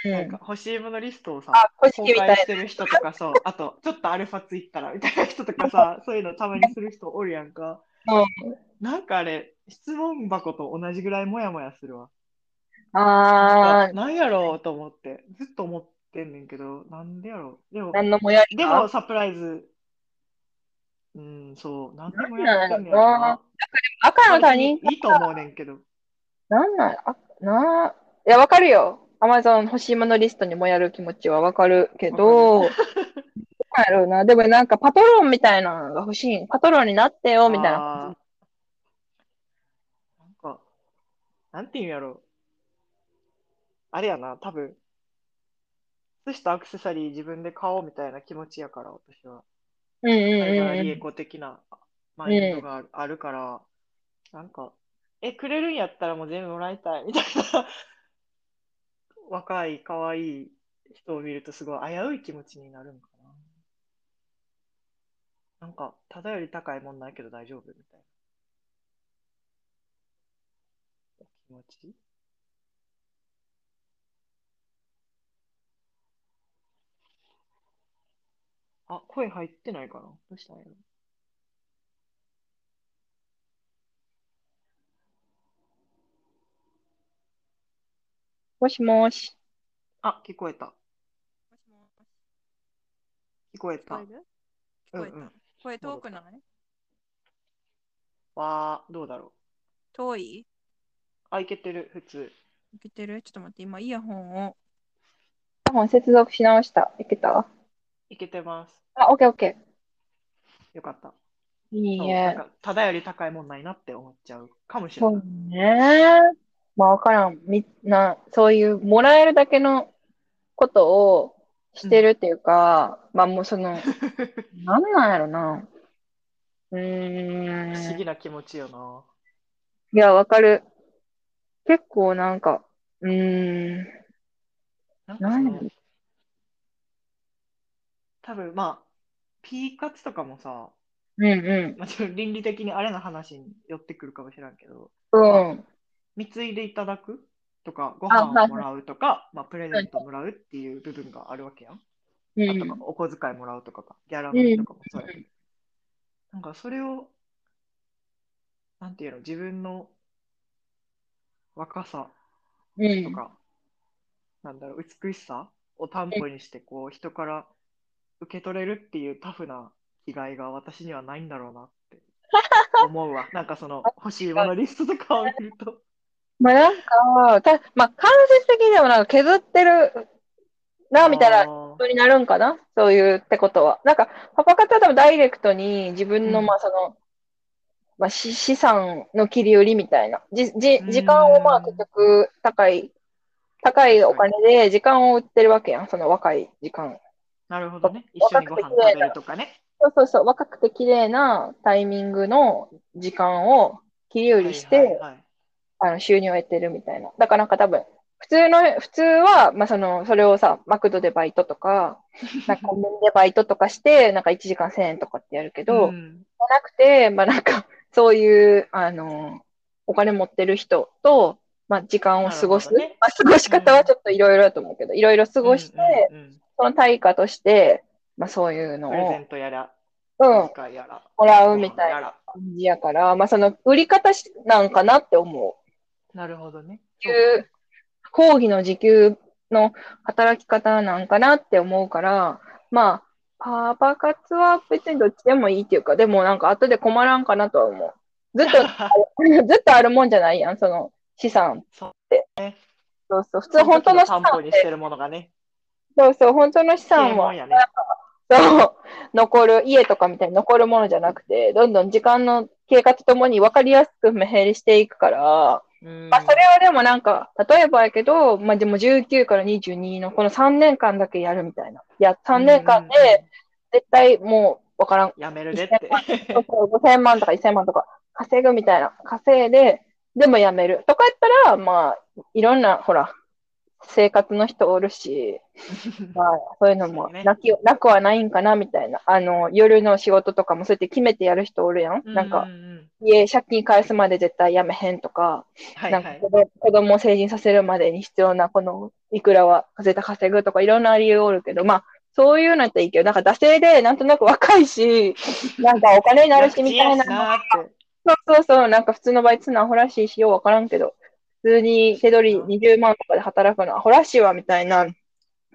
[SPEAKER 2] う
[SPEAKER 1] なん
[SPEAKER 2] ん。
[SPEAKER 1] か欲しいものリストをさ、
[SPEAKER 2] あ、欲しい
[SPEAKER 1] 公
[SPEAKER 2] みた
[SPEAKER 1] 開し
[SPEAKER 2] い
[SPEAKER 1] てる人とか そう、あと、ちょっとアルファツイッターみたいな人とかさ、そういうのたまにする人おるやんか。
[SPEAKER 2] うん
[SPEAKER 1] なんかあれ、質問箱と同じぐらいモヤモヤするわ。
[SPEAKER 2] な。あ
[SPEAKER 1] な
[SPEAKER 2] ー
[SPEAKER 1] ん、やろうと思って、ずっと思ってんねんけど、なんでやろう。でも、
[SPEAKER 2] 何のもやり
[SPEAKER 1] で
[SPEAKER 2] か
[SPEAKER 1] もサプライズ、うん、そう、なんでも
[SPEAKER 2] な
[SPEAKER 1] や
[SPEAKER 2] ん
[SPEAKER 1] って
[SPEAKER 2] なん
[SPEAKER 1] んね
[SPEAKER 2] やろ
[SPEAKER 1] や
[SPEAKER 2] な
[SPEAKER 1] ろな。
[SPEAKER 2] 赤の他人
[SPEAKER 1] いいと思うねんけど。
[SPEAKER 2] なんなんあ、なあ、いや、わかるよ。アマゾン欲しいものリストにもやる気持ちはわかるけど、どうやろうな。でもなんかパトロンみたいなのが欲しい。パトロンになってよ、みたいな。
[SPEAKER 1] あーなんか、なんていうんやろう。あれやな、多分。靴下アクセサリー自分で買おうみたいな気持ちやから、私は。
[SPEAKER 2] うんうん
[SPEAKER 1] だか
[SPEAKER 2] う
[SPEAKER 1] ら
[SPEAKER 2] ん
[SPEAKER 1] リエ
[SPEAKER 2] う
[SPEAKER 1] コ的なマインドがある,、あるから、なんか、え、くれるんやったらもう全部もらいたいみたいな 若い、可愛い人を見るとすごい危うい気持ちになるのかな。なんか、ただより高いもんないけど大丈夫みたいな。気持ちあ、声入ってないかなどうしたんやろ
[SPEAKER 2] ん。もしもし。
[SPEAKER 1] あ、聞こえた。
[SPEAKER 3] もしもし
[SPEAKER 1] 聞こえた。
[SPEAKER 3] 聞こえる聞こえた、
[SPEAKER 1] うんうん
[SPEAKER 3] 声遠くない
[SPEAKER 1] わー、どうだろう。
[SPEAKER 3] 遠い
[SPEAKER 1] あ、いけてる、普通。
[SPEAKER 3] いけてるちょっと待って、今イヤホンを。
[SPEAKER 2] 本接続し直した。いけた
[SPEAKER 1] いけてます。
[SPEAKER 2] あ、オッケーオッケ
[SPEAKER 1] よかった。
[SPEAKER 2] ー。いい
[SPEAKER 1] そうなん
[SPEAKER 2] ね。
[SPEAKER 1] かただより高いもんないなって思っちゃうかもしれ
[SPEAKER 2] そ。
[SPEAKER 1] ないう
[SPEAKER 2] ね。まあ、わからん。みな、そういう、もらえるだけのことをしてるってい うか、まあもうその、なんなんやろな。
[SPEAKER 1] 不
[SPEAKER 2] うー
[SPEAKER 1] 思
[SPEAKER 2] ん。
[SPEAKER 1] 議な気持ちよな。
[SPEAKER 2] いや、わかる。結構なんか、うーん。
[SPEAKER 1] なんかその
[SPEAKER 2] なん
[SPEAKER 1] 多分まあ、P 活とかもさ、
[SPEAKER 2] うんう
[SPEAKER 1] まあ、ちょっと倫理的にあれの話に寄ってくるかもしれんけど、
[SPEAKER 2] ん。うん。
[SPEAKER 1] 貢いでいただくとか、ご
[SPEAKER 2] あ
[SPEAKER 1] 飯をもらうとか、まあ、プレゼントもらうっていう部分があるわけやん。
[SPEAKER 2] う
[SPEAKER 1] あとか
[SPEAKER 2] ん。
[SPEAKER 1] お小遣いもらうとかか、ギャラ飲みとかもそうやけどなんかそれを、なんていうの、自分の若さ
[SPEAKER 2] う
[SPEAKER 1] と
[SPEAKER 2] ん。
[SPEAKER 1] か、なんだろう、美しさを担保にして、こう、人から受け取れるっていうタフな気概が私にはないんだろうなって 思うわ。なんかその、欲しいものリストとかを見ると。
[SPEAKER 2] まあなんか、た、まあ間接的にでもなんか削ってるな、みたいな
[SPEAKER 1] あー
[SPEAKER 2] ことになるんかなそういうってことは。なんか、パパ方は多分ダイレクトに自分の、
[SPEAKER 1] うん
[SPEAKER 2] まあその、まあ資、資産の切り売りみたいな。じ、じ
[SPEAKER 1] う、ん
[SPEAKER 2] 時間をまあ結局、高い、高いお金で時間を売ってるわけやん。その若い時間。
[SPEAKER 1] なるほどね。一緒にご飯食べるとかね。
[SPEAKER 2] そうそうそう。若くて綺麗なタイミングの時間を切り売りして、
[SPEAKER 1] はいはいはい
[SPEAKER 2] あの収入を得てるみたいな。だからなんか多分、普通の、普通は、まあ、その、それをさ、マクドでバイトとか、 なんかコンビニでバイトとかして、なんか1時間1000円とかってやるけど、
[SPEAKER 1] う
[SPEAKER 2] じ
[SPEAKER 1] ん
[SPEAKER 2] ゃなくて、まあ、なんか、そういう、あの、お金持ってる人と、まあ、時間を過ごす。
[SPEAKER 1] なるほどね
[SPEAKER 2] まあ、過ごし方はちょっといろいろだと思うけど、いろいろ過ごして、
[SPEAKER 1] うんうんうん
[SPEAKER 2] その対価として、まあ、そういうの
[SPEAKER 1] プレゼ
[SPEAKER 2] を、
[SPEAKER 1] ントやら、
[SPEAKER 2] うん、
[SPEAKER 1] お小遣いやら、
[SPEAKER 2] もらうみたい
[SPEAKER 1] や
[SPEAKER 2] な
[SPEAKER 1] ら
[SPEAKER 2] 感じやから、まあ、その、売り方しなんかなって思う。
[SPEAKER 1] なるほどね。
[SPEAKER 2] 時給、講義の時給の働き方なんかなって思うから、まあ、パパ活は別にどっちでもいいっていうか、でもなんか後で困らんかなとは思う。ずっと、 ずっとあるもんじゃないやん、その資産って。
[SPEAKER 1] そう
[SPEAKER 2] そう そう、普通本当の資
[SPEAKER 1] そ
[SPEAKER 2] 産
[SPEAKER 1] の時担保
[SPEAKER 2] っ、
[SPEAKER 1] にしててるものがね、
[SPEAKER 2] そうそう、本当の資
[SPEAKER 1] そういう
[SPEAKER 2] 産
[SPEAKER 1] も
[SPEAKER 2] は
[SPEAKER 1] ん、やね。
[SPEAKER 2] そう、残る、家とかみたいに残るものじゃなくて、どんどん時間の経過とともに分かりやすく目減りしていくから、
[SPEAKER 1] うん
[SPEAKER 2] まあ、それはでもなんか、例えばやけど、まあ、でも19から22のこの3年間だけやるみたいな。いや、3年間
[SPEAKER 1] うんうんう
[SPEAKER 2] で、絶対もう、わ からん。
[SPEAKER 1] んやめるでって。
[SPEAKER 2] 5000万とか1000万とか稼ぐみたいな。稼いで、でもやめる。とかやったら、まあ、いろんな、ほら、生活の人おるし、まあ、そういうのも
[SPEAKER 1] そうね
[SPEAKER 2] なき、なくはないんかな、みたいな。あの、夜の仕事とかもそうやって決めてやる人おるやん。 なん
[SPEAKER 1] う
[SPEAKER 2] か、
[SPEAKER 1] ううん
[SPEAKER 2] 家、借金返すまで絶対やめへんとか。
[SPEAKER 1] はい
[SPEAKER 2] なん
[SPEAKER 1] は
[SPEAKER 2] か
[SPEAKER 1] い
[SPEAKER 2] 子。供子供を成人させるまでに必要なこのいくらは稼いだ稼ぐとかいろんな理由おるけど、まあそういうのっていいけど、なんか惰性でなんとなく若いし、なんかお金になるしみた
[SPEAKER 1] 楽
[SPEAKER 2] いな
[SPEAKER 1] ちんやし。なーって
[SPEAKER 2] そうそうそう、なんか普通のバイトするのアホらしいし、ようわからんけど、普通に手取り20万とかで働くのアホらしいわみたいな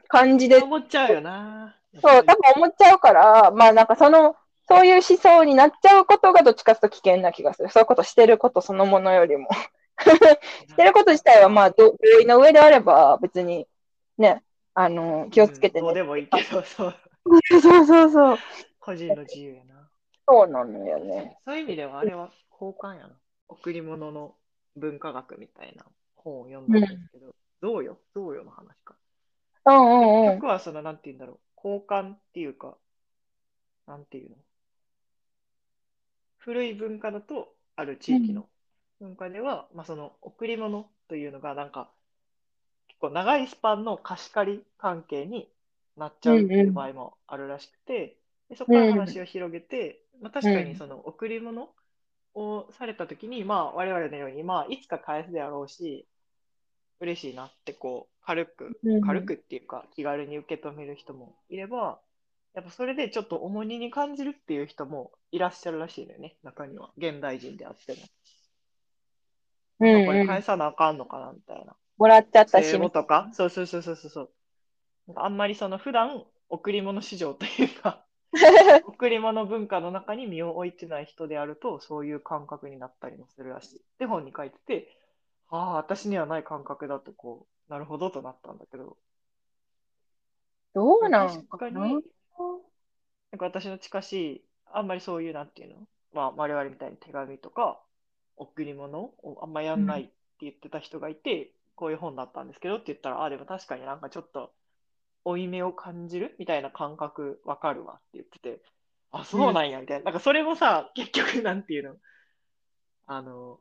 [SPEAKER 2] 感じで、
[SPEAKER 1] 思っちゃうよな。
[SPEAKER 2] そう、多分思っちゃうから、まあなんかその、そういう思想になっちゃうことがどっちかというと危険な気がする。そういうことしてることそのものよりも。してること自体は、まあ、ど同意の上であれば、別に、ね、あの、気をつけて
[SPEAKER 1] うんどう
[SPEAKER 2] ね。
[SPEAKER 1] でもいいけど、そう。
[SPEAKER 2] そうそうそう。
[SPEAKER 1] 個人の自由やな。
[SPEAKER 2] そうなのよね。
[SPEAKER 1] そういう意味では、あれは交換やな。贈り物の文化学みたいな本を読んだんですけど、どうよ、どうよの話か。
[SPEAKER 2] うんうんう
[SPEAKER 1] 結
[SPEAKER 2] ん
[SPEAKER 1] 局。はその、なんて言うんだろう、交換っていうか、なんていうの。古い文化だと、ある地域の文化では、まあその、贈り物というのが、なんか、結構長いスパンの貸し借り関係になっちゃうっていう場合もあるらしくて、でそこから話を広げて、まあ確かにその、贈り物をされたときに、まあ我々のように、まあいつか返すであろうし、嬉しいなってこう、軽く
[SPEAKER 2] うん
[SPEAKER 1] 軽くっていうか気軽に受け止める人もいればやっぱそれでちょっと重荷に感じるっていう人もいらっしゃるらしいのよね中には現代人であっても
[SPEAKER 2] うん
[SPEAKER 1] こ
[SPEAKER 2] う
[SPEAKER 1] れ
[SPEAKER 2] ん
[SPEAKER 1] 返さなあかんのかなみたいな
[SPEAKER 2] もらっちゃったし
[SPEAKER 1] 英語とかそうそうそうそうそうそうなんかあんまりその普段贈り物市場というか 贈り物文化の中に身を置いてない人であるとそういう感覚になったりもするらしいって本に書いててああ私にはない感覚だとこうなるほどとなったんだけど
[SPEAKER 2] どうなん
[SPEAKER 1] 確
[SPEAKER 2] か
[SPEAKER 1] か
[SPEAKER 2] な
[SPEAKER 1] になんか私の近しい、あんまりそういう、なんていうの、まあ、我々みたいに手紙とか、贈り物をあんまやんないって言ってた人がいて、こういう本だったんですけどって言ったら、ああ、でも確かになんかちょっと、負い目を感じるみたいな感覚わかるわって言ってて、あ、そうなんや、みたいな。なんかそれもさ、結局、なんていうの、あの、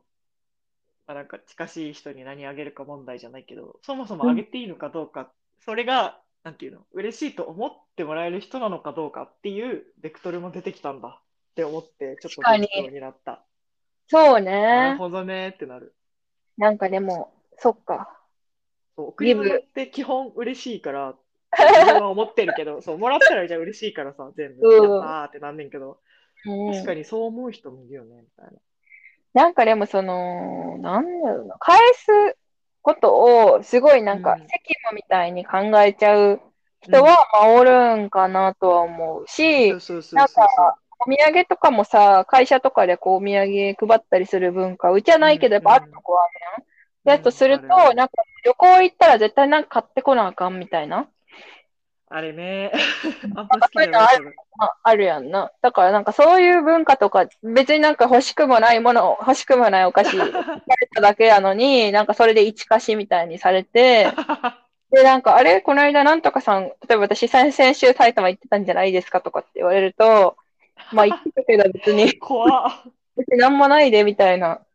[SPEAKER 1] まあ、なんか近しい人に何あげるか問題じゃないけど、そもそもあげていいのかどうかそれが、なんていうの、嬉しいと思ってもらえる人なのかどうかっていう、ベクトルも出てきたんだって思って、ちょっと
[SPEAKER 2] 確かに
[SPEAKER 1] 勉強になった。
[SPEAKER 2] そ
[SPEAKER 1] な
[SPEAKER 2] う
[SPEAKER 1] る
[SPEAKER 2] ね。
[SPEAKER 1] ほどねってなる。
[SPEAKER 2] なんかでも、そっか。
[SPEAKER 1] そう、贈
[SPEAKER 2] ギ
[SPEAKER 1] り
[SPEAKER 2] ブ
[SPEAKER 1] 物って基本嬉しいから、自分は思ってるけど、そう、もらったらじゃあ嬉しいからさ、全部、や
[SPEAKER 2] うん
[SPEAKER 1] ったーってなんねんけど、
[SPEAKER 2] うん
[SPEAKER 1] 確かにそう思う人もいるよね、みたいな。
[SPEAKER 2] なんかでもその、なんだろうな、返すことをすごいなんか
[SPEAKER 1] うん
[SPEAKER 2] 責務みたいに考えちゃう人は、まあ、おるんかなとは思うし、
[SPEAKER 1] そうそうそう
[SPEAKER 2] な
[SPEAKER 1] そ
[SPEAKER 2] ん
[SPEAKER 1] うそう。
[SPEAKER 2] かお土産とかもさ、会社とかでこうお土産配ったりする文化、うちはないけどやっぱあるとこはあるやん。
[SPEAKER 1] うん
[SPEAKER 2] やとする
[SPEAKER 1] う
[SPEAKER 2] と、
[SPEAKER 1] んあるある
[SPEAKER 2] なんか旅行行ったら絶対なんか買ってこなあかんみたいな、
[SPEAKER 1] あれね、あんま好きじゃないけど。
[SPEAKER 2] まあ、あるやんな。だからなんかそういう文化とか、別になんか欲しくもないもの、欲しくもない お菓子。っただけやのに、なんかそれで一貸しみたいにされて、で、なんか、あれこの間なんとかさん、例えば私先々週埼玉行ってたんじゃないですかとかって言われると、まあ行ってたけど別に、
[SPEAKER 1] 怖っ。
[SPEAKER 2] 別になんもないでみたいな、っ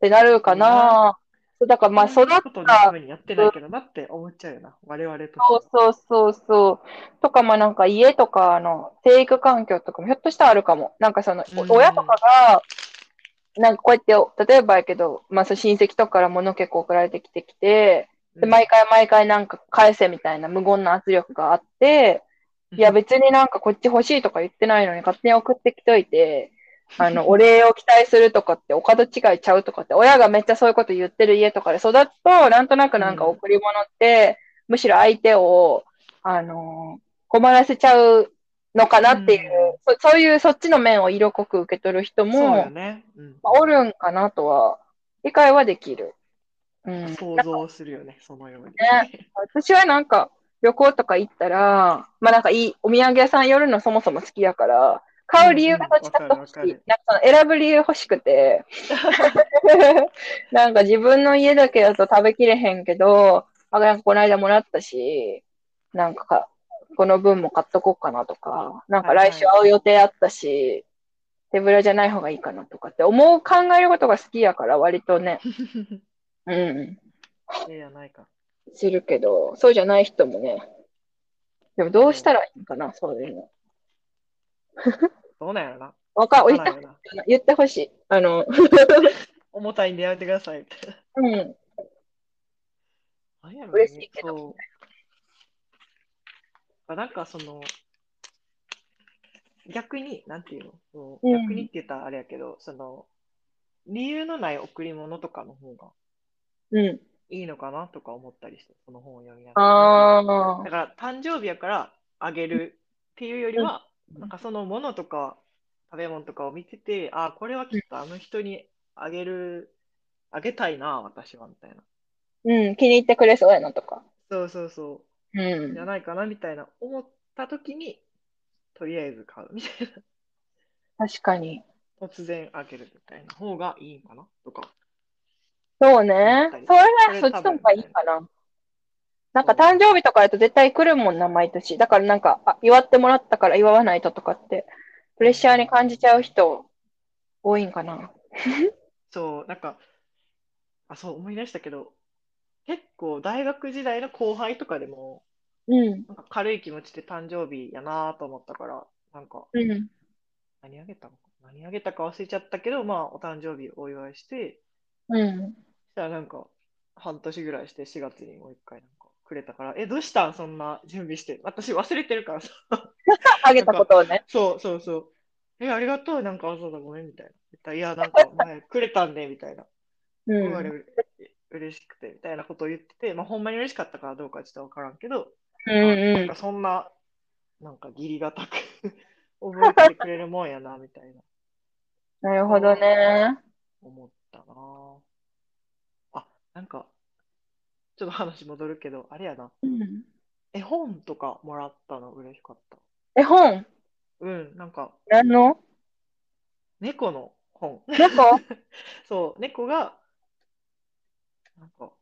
[SPEAKER 2] てなるかな。そうだからまあ育
[SPEAKER 1] そ
[SPEAKER 2] っ
[SPEAKER 1] んなことのためにやってないけどなって思っちゃうよな、我々としては。
[SPEAKER 2] そうそうそうそう。とか、まあなんか家とかの生育環境とかもひょっとしたらあるかも。なんかその、お
[SPEAKER 1] うん
[SPEAKER 2] 親とかが、なんかこうやって、例えばやけど、まあそう親戚とかから物結構送られてきてきて、で、毎回毎回なんか返せみたいな無言の圧力があって、
[SPEAKER 1] うん
[SPEAKER 2] いや別になんかこっち欲しいとか言ってないのに勝手に送ってきとい て、あの、お礼を期待するとかって、お門違いちゃうとかって、親がめっちゃそういうこと言ってる家とかで育つと、なんとなくなんか
[SPEAKER 1] うん
[SPEAKER 2] 贈り物って、むしろ相手を、あのー困らせちゃうのかなっていう、そ、そういうそっちの面を色濃く受け取る人
[SPEAKER 1] そうよ
[SPEAKER 2] も、
[SPEAKER 1] ね。うん
[SPEAKER 2] まあおるんかなとは、理解はできる。うん。
[SPEAKER 1] 想像するよね、そのように。
[SPEAKER 2] 私はなんか旅行とか行ったら、まあなんかいいお土産屋さん寄るのそもそも好きやから、買う理由がどっちかと欲しい。
[SPEAKER 1] うんうんわかるわかる
[SPEAKER 2] なんかその選ぶ理由欲し くて、なんか自分の家だけだと食べきれへんけど、あ、なんかこの間もらったし、なんかかこの分も買っとこうかなとか、なんか来週会う予定あったし、手ぶらじゃない方がいいかなとかって思う考えることが好きやから割とね、う ん。
[SPEAKER 1] ええやないか。
[SPEAKER 2] するけど、そうじゃない人もね。でもどうしたらいいんかな、そういうの。
[SPEAKER 1] どうなんやろな。
[SPEAKER 2] わか言っ
[SPEAKER 1] わ
[SPEAKER 2] て
[SPEAKER 1] からんよな
[SPEAKER 2] 言ってほしい。あの、
[SPEAKER 1] 重たいんでやめてくださいって。
[SPEAKER 2] うん。
[SPEAKER 1] 何やろ
[SPEAKER 2] 嬉しいけ
[SPEAKER 1] ど。
[SPEAKER 2] ど
[SPEAKER 1] そうなんかその、逆に、なんていうのそう
[SPEAKER 2] うん
[SPEAKER 1] 逆にって言ったらあれやけど、その、理由のない贈り物とかの方が
[SPEAKER 2] うん。
[SPEAKER 1] いいのかなとか思ったりして、この本を読みながら。
[SPEAKER 2] あ
[SPEAKER 1] だから誕生日やからあげるっていうよりは、なんかそのものとか食べ物とかを見てて、ああ、これはきっとあの人にあげるあげたいな、私は、みたいな。
[SPEAKER 2] うん、気に入ってくれそうやなとか。
[SPEAKER 1] そうそうそうう。じゃ
[SPEAKER 2] ん。
[SPEAKER 1] ないかな、みたいな思った時に、とりあえず買う、みたい
[SPEAKER 2] 確かに。
[SPEAKER 1] な。突然あげるみたいな方がいいんかな、とか。
[SPEAKER 2] そうね。それ
[SPEAKER 1] そ
[SPEAKER 2] が、そっ
[SPEAKER 1] れ多分
[SPEAKER 2] ちの方がいいかな。なんか誕生日とかやと絶対来るもんな、毎年。だからなんか、あ、祝ってもらったから祝わないととかって、プレッシャーに感じちゃう人、多いんかな。
[SPEAKER 1] そう、なんか、あ、そう、思い出したけど、結構大学時代の後輩とかでも、
[SPEAKER 2] うん。
[SPEAKER 1] なんか軽い気持ちで誕生日やなと思ったから、なんか、
[SPEAKER 2] うん。
[SPEAKER 1] 何あげたのか、何あげたか忘れちゃったけど、まあ、お誕生日お祝いして、
[SPEAKER 2] うん。
[SPEAKER 1] そしたらなんか、半年ぐらいして4月にもう一回なんかくれたから、え、どうしたんそんな準備して。私忘れてるからさ。
[SPEAKER 2] あげたことをね。
[SPEAKER 1] そうそうそう。え、ありがとう、なんかわざわざごめんみたいな。言ったらいや、なんか前くれたんで、みたいな。
[SPEAKER 2] う
[SPEAKER 1] あれ
[SPEAKER 2] ん。
[SPEAKER 1] 嬉しくて、みたいなことを言ってて、まあ、ほんまに嬉しかったかどうかはちょっとわからんけど、
[SPEAKER 2] うん
[SPEAKER 1] な
[SPEAKER 2] うんん
[SPEAKER 1] か。そんな、なんか義理がたく 覚えててくれるもんやな、みたいな
[SPEAKER 2] なるほどね。
[SPEAKER 1] 思ったなあ。あ、なんか、ちょっと話戻るけど、あれやな。
[SPEAKER 2] うん。
[SPEAKER 1] 絵本とかもらったの嬉しかった。
[SPEAKER 2] 絵本
[SPEAKER 1] うん、なんか、
[SPEAKER 2] 何の
[SPEAKER 1] 猫の本。
[SPEAKER 2] 猫
[SPEAKER 1] そう、猫が、なんか、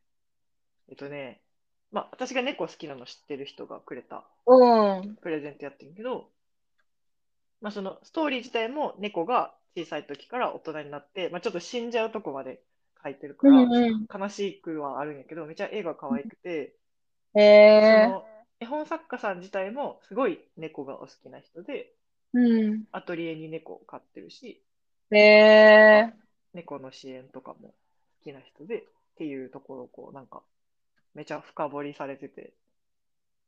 [SPEAKER 1] えっとね、まあ、私が猫好きなの知ってる人がくれた
[SPEAKER 2] うん。
[SPEAKER 1] プレゼントやってんけど、まあ、そのストーリー自体も猫が小さい時から大人になって、まあ、ちょっと死んじゃうとこまで書いてるか
[SPEAKER 2] う
[SPEAKER 1] ら、
[SPEAKER 2] んう
[SPEAKER 1] 悲しくはあるんやけど、めちゃ絵が可愛くて、
[SPEAKER 2] ん。
[SPEAKER 1] そ
[SPEAKER 2] へえ。
[SPEAKER 1] の絵本作家さん自体もすごい猫がお好きな人で、
[SPEAKER 2] うん。
[SPEAKER 1] アトリエに猫を飼ってるし、
[SPEAKER 2] へえ。
[SPEAKER 1] 猫の支援とかも好きな人でっていうところをこうなんかめちゃ深掘りされてて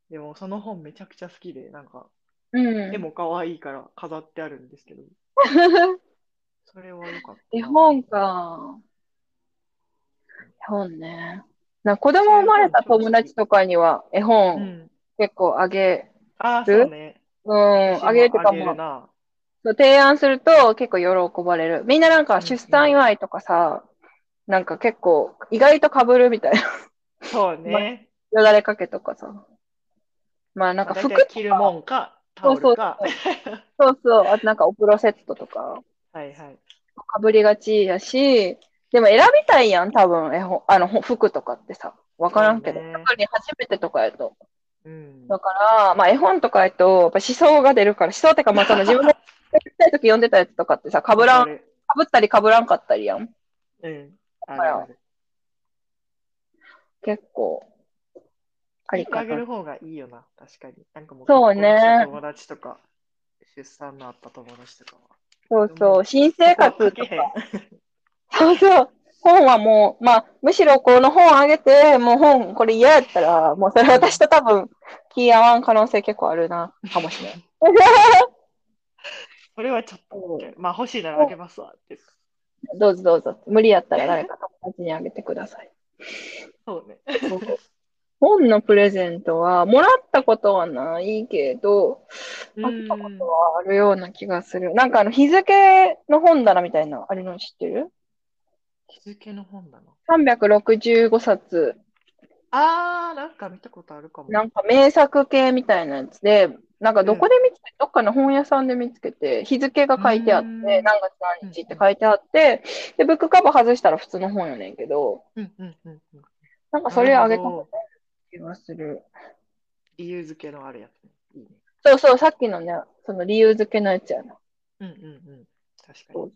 [SPEAKER 1] でもその本めちゃくちゃ好きでなんか
[SPEAKER 2] うん。
[SPEAKER 1] 絵 も可愛いから飾ってあるんですけどそれは良かった
[SPEAKER 2] 絵
[SPEAKER 1] な
[SPEAKER 2] 本か。絵本ね。な子供生まれた友達とかには絵
[SPEAKER 1] う
[SPEAKER 2] 本
[SPEAKER 1] ん
[SPEAKER 2] 結構あげ、
[SPEAKER 1] ああそうね
[SPEAKER 2] うん、あげると
[SPEAKER 1] 私
[SPEAKER 2] か
[SPEAKER 1] もあげる
[SPEAKER 2] も、
[SPEAKER 1] な
[SPEAKER 2] そう提案すると結構喜ばれる。みんななん
[SPEAKER 1] う
[SPEAKER 2] か
[SPEAKER 1] ん
[SPEAKER 2] 出産祝いとかさ、なんか結構意外と被るみたいな。
[SPEAKER 1] そうね
[SPEAKER 2] よだれかけとかさ。まあなんか
[SPEAKER 1] まあ大
[SPEAKER 2] 服
[SPEAKER 1] 体
[SPEAKER 2] と
[SPEAKER 1] 着る
[SPEAKER 2] か、
[SPEAKER 1] もんかタオルか
[SPEAKER 2] そうそう、あとなんかお風呂セットとか、
[SPEAKER 1] はいはい
[SPEAKER 2] 被りがちやし、でも選びたいやん、多分、絵本、あの、ほ服とかってさ、わからんけど、
[SPEAKER 1] そうね
[SPEAKER 2] 特に初めてとかやと。
[SPEAKER 1] うん
[SPEAKER 2] だから、まあ、絵本とかやと、やっぱ思想が出るから、思想ってか、ま あ、その自分が小さい時読んでたやつとかってさ、かぶらん、
[SPEAKER 1] わか
[SPEAKER 2] か
[SPEAKER 1] る
[SPEAKER 2] ぶったりかぶらんかったりやん。
[SPEAKER 1] うんあ
[SPEAKER 2] から
[SPEAKER 1] るある
[SPEAKER 2] 結構、あり
[SPEAKER 1] あ
[SPEAKER 2] か
[SPEAKER 1] げ
[SPEAKER 2] な。
[SPEAKER 1] る方がいいよな、確かに。なんかもう、
[SPEAKER 2] そうね
[SPEAKER 1] 結婚した友達とか、出産のあった友達とかは。
[SPEAKER 2] そうそう、新生活と
[SPEAKER 1] 書けへ
[SPEAKER 2] か、そうそう、本はもう、まあ、むしろこの本あげて、もう本、これ嫌やったら、もうそれ私と多分、気合わん可能性結構あるな、かもしれん。
[SPEAKER 1] それはちょっと、まあ欲しいならあげますわって。
[SPEAKER 2] どうぞどうぞ。無理やったら誰か友達にあげてください。
[SPEAKER 1] そうね。
[SPEAKER 2] 本のプレゼントは、もらったことはないけど、あったことはあるような気がする。なんかあの、日付の本棚みたいな、あれの知ってる
[SPEAKER 1] 日付の本だな。
[SPEAKER 2] ?365 冊、
[SPEAKER 1] あー、なんか見たことあるかも。
[SPEAKER 2] なんか名作系みたいなやつで、なんかどこで見つけ、どっかの本屋さんで見つけて、日付が書いてあって、
[SPEAKER 1] うん
[SPEAKER 2] 何月何日って書いてあって、で、ブックカバー外したら普通の本よねんけど、
[SPEAKER 1] うんうんうんうん。
[SPEAKER 2] なんかそれあげた
[SPEAKER 1] なるほど
[SPEAKER 2] 気がする。
[SPEAKER 1] 理由付けのあるやつね。いいね。
[SPEAKER 2] そうそう、さっきのね、その理由付けのやつやな。
[SPEAKER 1] うんうんうん。確か
[SPEAKER 2] そ
[SPEAKER 1] に。
[SPEAKER 2] う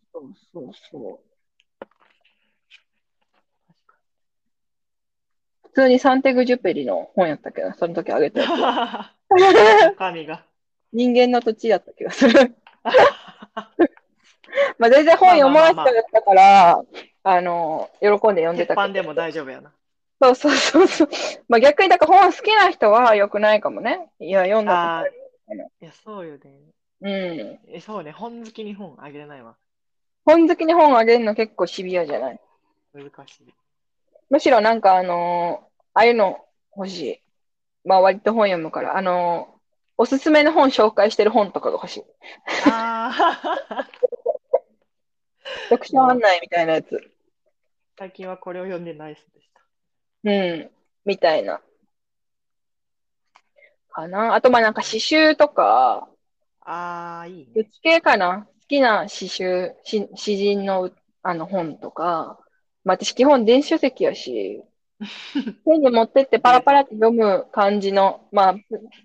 [SPEAKER 2] そうそうそう。普通にサンテグ・ジュペリの本やったけど、その時あげたや つ。
[SPEAKER 1] 神が。
[SPEAKER 2] 人間の土地やった気が する。まあ全然本読まなくてやったから、あの、喜んで読んで
[SPEAKER 1] 鉄
[SPEAKER 2] た
[SPEAKER 1] 板
[SPEAKER 2] け
[SPEAKER 1] で
[SPEAKER 2] ど。
[SPEAKER 1] も大丈夫やな。
[SPEAKER 2] そうそうそうそう。まあ逆に、だから本好きな人は良くないかもね。いや、読んだ
[SPEAKER 1] あ
[SPEAKER 2] こ
[SPEAKER 1] ー、いや、そうよね。
[SPEAKER 2] とない。うん。
[SPEAKER 1] え、そうね。本好きに本あげれないわ。
[SPEAKER 2] 本好きに本あげるの結構シビアじゃない
[SPEAKER 1] 難しい。
[SPEAKER 2] むしろなんかあのーああいうの欲しい。まあ割と本読むから、あのーおすすめの本紹介してる本とかが欲しい。
[SPEAKER 1] ああ。
[SPEAKER 2] 読書案内みたいなやつ。
[SPEAKER 1] 最近はこれを読んでないそうでした。
[SPEAKER 2] うん、みたいな。かな。あと、まあなんか刺繍とか、
[SPEAKER 1] ああ、いいね。
[SPEAKER 2] 別系かな。好きな刺繍、し詩人の、あの本とか、まあ私基本電子書籍やし、 手に持ってってパラパラって読む感じの、まあ、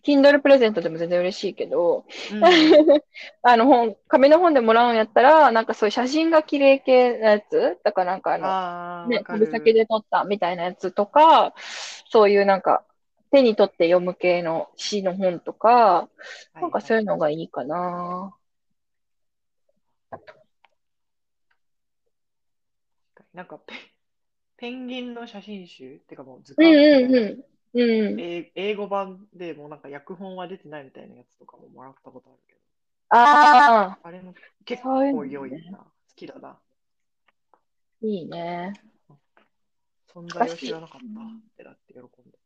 [SPEAKER 2] Kindle プレゼントでも全然嬉しいけど、
[SPEAKER 1] うん、
[SPEAKER 2] あの本、紙の本でもらうんやったら、なんかそういう写真が綺麗系のやつだからなんかあの、
[SPEAKER 1] ああ、
[SPEAKER 2] ね、
[SPEAKER 1] わか
[SPEAKER 2] 旅
[SPEAKER 1] る。
[SPEAKER 2] 先で撮ったみたいなやつとか、そういうなんか、手に取って読む系の詩の本とか、
[SPEAKER 1] はい
[SPEAKER 2] なんかそういうのがいいかな。
[SPEAKER 1] なんかペン、ペンギンの写真集ってかもう図
[SPEAKER 2] うん
[SPEAKER 1] 鑑
[SPEAKER 2] うんうん。うん。
[SPEAKER 1] 英英語版でもうなんか訳本は出てないみたいなやつとかももらったことあるけど、
[SPEAKER 2] ああ、
[SPEAKER 1] あれも結
[SPEAKER 2] そういうの
[SPEAKER 1] 構
[SPEAKER 2] ね
[SPEAKER 1] 良いな。好きだな。
[SPEAKER 2] いいね。
[SPEAKER 1] 存在を知らなかったってなって喜んで。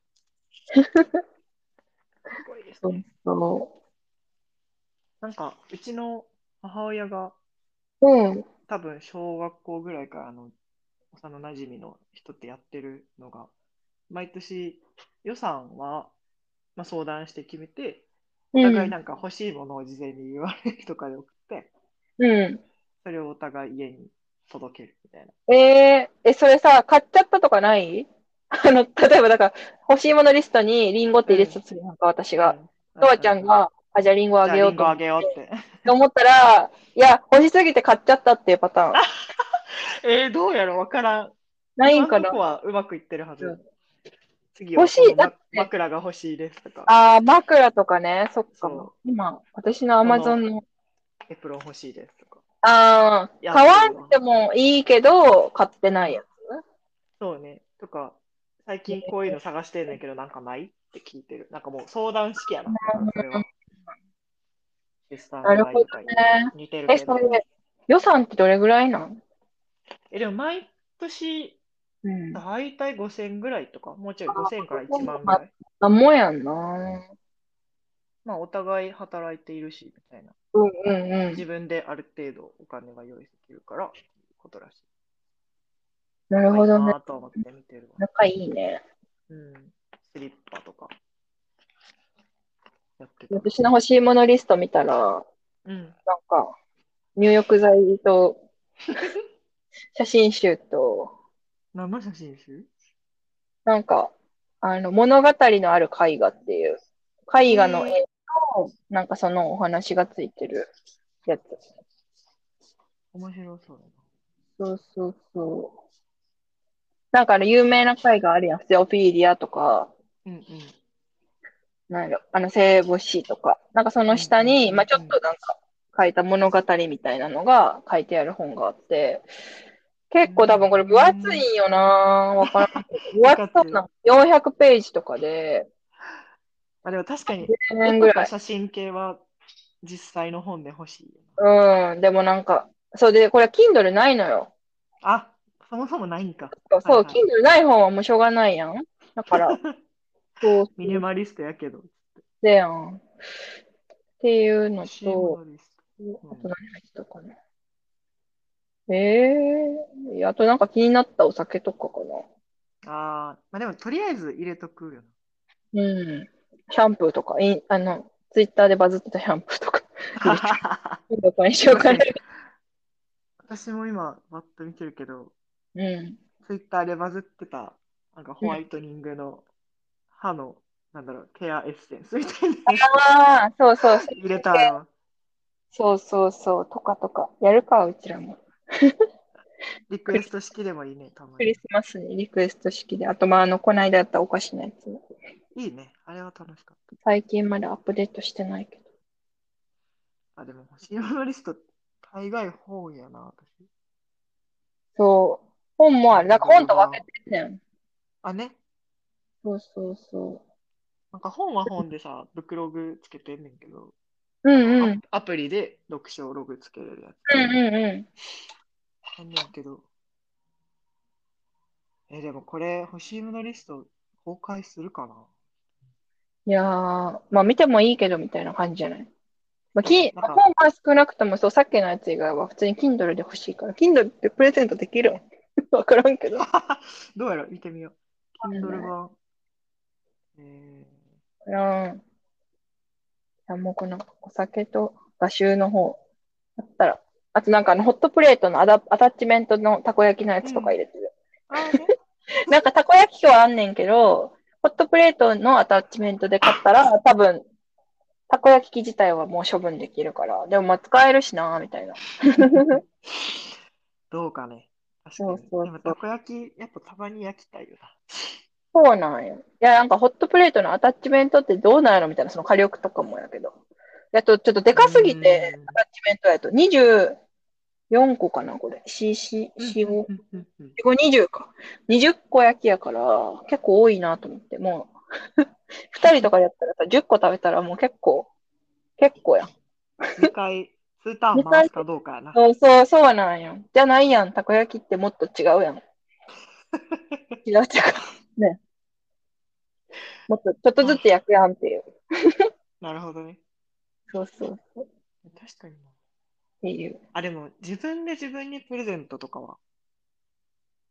[SPEAKER 1] すごいです
[SPEAKER 2] そう
[SPEAKER 1] ね。
[SPEAKER 2] そ
[SPEAKER 1] なんか、うちの母親が
[SPEAKER 2] う。うん。
[SPEAKER 1] 多分小学校ぐらいからあの幼なじみの人ってやってるのが、毎年予算は、まあ、相談して決めて、
[SPEAKER 2] う
[SPEAKER 1] お
[SPEAKER 2] ん。
[SPEAKER 1] 互いなんか欲しいものを事前に言われるとかで送って、
[SPEAKER 2] う
[SPEAKER 1] それをお互い家に届けるみたいな。
[SPEAKER 2] ん。えー、え、それさ、買っちゃったとかないあの、例えばだから、欲しいものリストにリンゴって入れてたとするやんか、私が。
[SPEAKER 1] う
[SPEAKER 2] とわちゃんが、あ、じゃあリンゴあげよう
[SPEAKER 1] じ
[SPEAKER 2] と
[SPEAKER 1] ゃあ
[SPEAKER 2] 思
[SPEAKER 1] リンゴあげようって。
[SPEAKER 2] って思ったら、いや、欲しすぎて買っちゃったっていうパターン。
[SPEAKER 1] えー、どうやらわからん。
[SPEAKER 2] ないん
[SPEAKER 1] 今
[SPEAKER 2] か
[SPEAKER 1] の
[SPEAKER 2] な
[SPEAKER 1] とこはうまくいってるはず。
[SPEAKER 2] うん
[SPEAKER 1] 次は
[SPEAKER 2] 欲しい
[SPEAKER 1] このま
[SPEAKER 2] だって
[SPEAKER 1] 枕が欲しいですとか、
[SPEAKER 2] ああ、枕とかね、そっか
[SPEAKER 1] そう。
[SPEAKER 2] 今、私の Amazon の、
[SPEAKER 1] エプロン欲しいですとか。
[SPEAKER 2] ああ、
[SPEAKER 1] や
[SPEAKER 2] 買わんでもいいけど、買ってないやつ。
[SPEAKER 1] そうね。とか、最近こういうの探してんねんけど、なんかないって聞いてる。なんかもう相談式やな。それは。リスターの
[SPEAKER 2] なるほどね
[SPEAKER 1] 大会似てる
[SPEAKER 2] え、
[SPEAKER 1] け
[SPEAKER 2] そ
[SPEAKER 1] ど。
[SPEAKER 2] れ、予算ってどれぐらいなん
[SPEAKER 1] え、でも毎年、
[SPEAKER 2] うん。
[SPEAKER 1] だいたい5000ぐらいとか、もうちょい5000から1万ぐらい。
[SPEAKER 2] あ、もんやんな。
[SPEAKER 1] まあ、お互い働いているし、みたいな。
[SPEAKER 2] うんうんうん。
[SPEAKER 1] 自分である程度お金が用意できるから、っていうことらしい。
[SPEAKER 2] なるほど
[SPEAKER 1] いい
[SPEAKER 2] ね。
[SPEAKER 1] なと思って見てるわ。
[SPEAKER 2] 仲いいね。
[SPEAKER 1] うん。スリッパとか。やってた。
[SPEAKER 2] 私の欲しいものリスト見たら、なん
[SPEAKER 1] うん。
[SPEAKER 2] か、入浴剤と、 写真集と、
[SPEAKER 1] 何の写真集
[SPEAKER 2] なんか、あの、物語のある絵画っていう、絵画の絵の、なんかそのお話がついてるやつ。
[SPEAKER 1] 面白そうだな。
[SPEAKER 2] そうそうそう。なんかあの、有名な絵画あるやん。セオピーリアとか、
[SPEAKER 1] うんうん。
[SPEAKER 2] なんやろ、あの、聖母子とか。なんかその下
[SPEAKER 1] うんうんうん
[SPEAKER 2] に、
[SPEAKER 1] うん
[SPEAKER 2] まあちょっとなんか、書いた物語みたいなのが書いてある本があって、結構多分これ分厚いんよなわからんけど。分厚そうな。400ページとかで、
[SPEAKER 1] あ、でも確かに、
[SPEAKER 2] 10年ぐらい。
[SPEAKER 1] 写真系は実際の本で欲しいよ
[SPEAKER 2] うん、でもなんか、そうで、これ Kindle ないのよ。
[SPEAKER 1] な。あ、そもそもないんか。
[SPEAKER 2] そう、
[SPEAKER 1] はいはい
[SPEAKER 2] Kindle ない本はもうしょうがないやん。だ から、そう、
[SPEAKER 1] ミニマリストやけど。
[SPEAKER 2] でやん。っていうの
[SPEAKER 1] 欲しいも
[SPEAKER 2] と、
[SPEAKER 1] のリスト
[SPEAKER 2] あと何入ったかな。ええあとなんか気になったお酒とかか
[SPEAKER 1] ああ、まあでもとりあえず入れとくよな。
[SPEAKER 2] な。うん。シャンプーとか、いあの、ツイッターでバズってたシャンプー とか、どこにしようかな。
[SPEAKER 1] 私も今、バッと見てるけど、
[SPEAKER 2] うん。
[SPEAKER 1] ツイッターでバズってた、なんかホワイトニングの歯の、なんだろう、ケアエッセンスみたいなや
[SPEAKER 2] ああ、そうそう、
[SPEAKER 1] つ入れたよ。
[SPEAKER 2] そうそうそう、とかとか、やるか、うちらも。
[SPEAKER 1] リクエスト式でもいいね、たま
[SPEAKER 2] クリ
[SPEAKER 1] に
[SPEAKER 2] ス。マスにリクエスト式で、あとまあ、あの、こないだやったお菓子のやつ。
[SPEAKER 1] いいね、あれは楽しかっ
[SPEAKER 2] 最近までアップデートしてないけど。
[SPEAKER 1] た。あ、でも欲しいものリスト、大概本やな、私。
[SPEAKER 2] そう。本もある。なんか本と分けてんねん。
[SPEAKER 1] あ、ね、
[SPEAKER 2] そうそうそ
[SPEAKER 1] なんか本は本で さ、ブックログつけてんねんけど、
[SPEAKER 2] う。うんうん。
[SPEAKER 1] アアプリで読書ログつけれるや
[SPEAKER 2] う
[SPEAKER 1] つ。
[SPEAKER 2] んうんうん。
[SPEAKER 1] あんねんけど。え、でもこれ、欲しいものリスト、崩壊するかない
[SPEAKER 2] やー、まあ見てもいいけどみたいな感じじゃない。まあ、き
[SPEAKER 1] なんか
[SPEAKER 2] 本は少なくともそう、さっきのやつ以外は普通に Kindle で欲しいから、Kindle ってプレゼントできるん わからんけど。
[SPEAKER 1] どうやろう見てみよう。キャンドル版。え
[SPEAKER 2] うん。いや、もうこのお酒と画集の方、だったら、あとなんかあの、ホットプレートのアダアタッチメントのたこ焼きのやつとか入れてる。
[SPEAKER 1] ー、あ
[SPEAKER 2] なんかたこ焼き器はあんねんけど、ホットプレートのアタッチメントで買ったら、多分、たこ焼き器自体はもう処分できるから、でもまあ使えるしなみたいな。
[SPEAKER 1] ねどうかね。確かに。
[SPEAKER 2] そうそうそう
[SPEAKER 1] でもたこ焼き、やっぱたまに焼きたいよな。
[SPEAKER 2] そうなんよ。いや、なんかホットプレートのアタッチメントってどうなんやろみたいな、その火力とかもやけど。やっと、ちょっとでかすぎて、
[SPEAKER 1] うん
[SPEAKER 2] アタッチメントやと24個かな、これ。4、4、5。
[SPEAKER 1] うんうんうんうん
[SPEAKER 2] 15、20か。20個焼きやから、結構多いなと思って、もう、2人と かでやったらさ、10個食べたらもう結構、結構やん。
[SPEAKER 1] 二回、2ターン回すかどうかやな。
[SPEAKER 2] そうそう、そうなんやん。じゃないやん。たこ焼きってもっと違 うやん。違う違う。ね。もっと、ちょっとずつ焼くやんっていう。
[SPEAKER 1] なるほどね。
[SPEAKER 2] そうそうそう。っ
[SPEAKER 1] 確かにな。
[SPEAKER 2] ていう。
[SPEAKER 1] あ、でも自分で自分にプレゼントとかは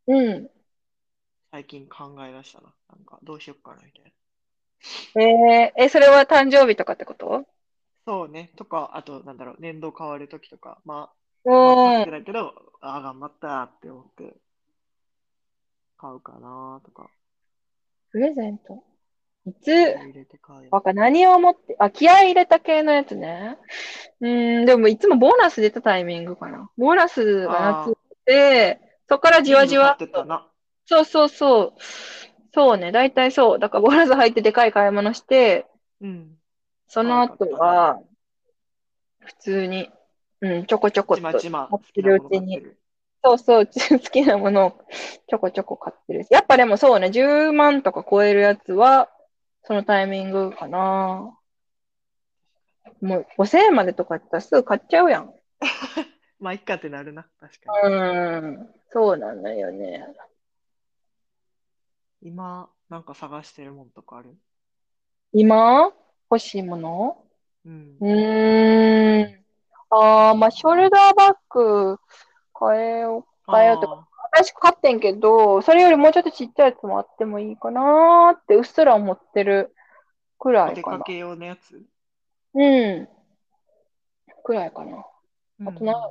[SPEAKER 2] うん。
[SPEAKER 1] 最近考え出したな。なんかどうしよっかなみたいな。
[SPEAKER 2] えーえ、それは誕生日とかってこと
[SPEAKER 1] そうね。とか、あと、なんだろう、年度変わるときとか、ま
[SPEAKER 2] う
[SPEAKER 1] あ、頑張っ
[SPEAKER 2] ん
[SPEAKER 1] て。だけど、ああ、頑張ったって思って、買うかなとか、
[SPEAKER 2] プレゼント。いつ、
[SPEAKER 1] 入れて買う
[SPEAKER 2] わか、何を持って、あ、気合い入れた系のやつね。うーん、でもいつもボーナス出たタイミングかな。ボーナスが夏で、そこからじわじわ
[SPEAKER 1] 買ってたな。
[SPEAKER 2] そうそうそう。そうね、大体そう。だからボーナス入ってでかい買い物して、
[SPEAKER 1] うん。
[SPEAKER 2] その後は、普通に、うん、ちょこちょこ
[SPEAKER 1] ち
[SPEAKER 2] と
[SPEAKER 1] まちま、
[SPEAKER 2] 買
[SPEAKER 1] 好
[SPEAKER 2] って
[SPEAKER 1] き
[SPEAKER 2] る
[SPEAKER 1] な
[SPEAKER 2] う
[SPEAKER 1] もの
[SPEAKER 2] ち
[SPEAKER 1] 買って
[SPEAKER 2] に、
[SPEAKER 1] る。
[SPEAKER 2] そうそう、 好きなものをちょこちょこ買ってるし。やっぱでもそうね、10万とか超えるやつは、そのタイミングかな。もう5000円までとかやったらすぐ買っちゃうやん。
[SPEAKER 1] まあ、いっかってなるな。確か
[SPEAKER 2] うん、そうなんだよね。
[SPEAKER 1] に。今、なんか探してるもんとかある
[SPEAKER 2] 今、欲しいもの
[SPEAKER 1] うん。
[SPEAKER 2] うーん。ああ、まあ、ショルダーバッグ変えよう、変えようとか。
[SPEAKER 1] あ
[SPEAKER 2] 私買ってんけど、それよりもうちょっとちっちゃいやつもあってもいいかなーってうっすら思ってるく
[SPEAKER 1] ー
[SPEAKER 2] ら
[SPEAKER 1] お
[SPEAKER 2] い
[SPEAKER 1] 出
[SPEAKER 2] かな
[SPEAKER 1] か。け用のやつ。
[SPEAKER 2] うん。くらいかな。
[SPEAKER 1] うん
[SPEAKER 2] あとなんだ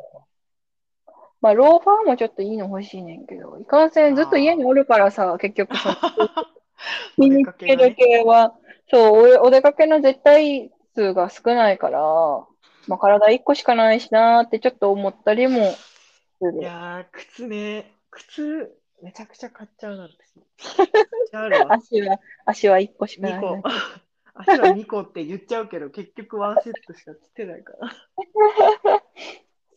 [SPEAKER 2] まあ、ローファーもちょっといいの欲しいねんけど、いかんせんずっと家におるからさ、結 局その身につける系は、そう、お、お出かけの絶対数が少ないから、まあ、体1個しかないしなーってちょっと思ったりもす
[SPEAKER 1] い
[SPEAKER 2] る。
[SPEAKER 1] やー、靴ね、靴、めちゃくちゃ買っちゃうなんて。めっちゃあるわ。
[SPEAKER 2] 足は、足は1個しかな
[SPEAKER 1] 2
[SPEAKER 2] い。
[SPEAKER 1] 個。足は2個って言っちゃうけど、結局ワンセットしか着てないから。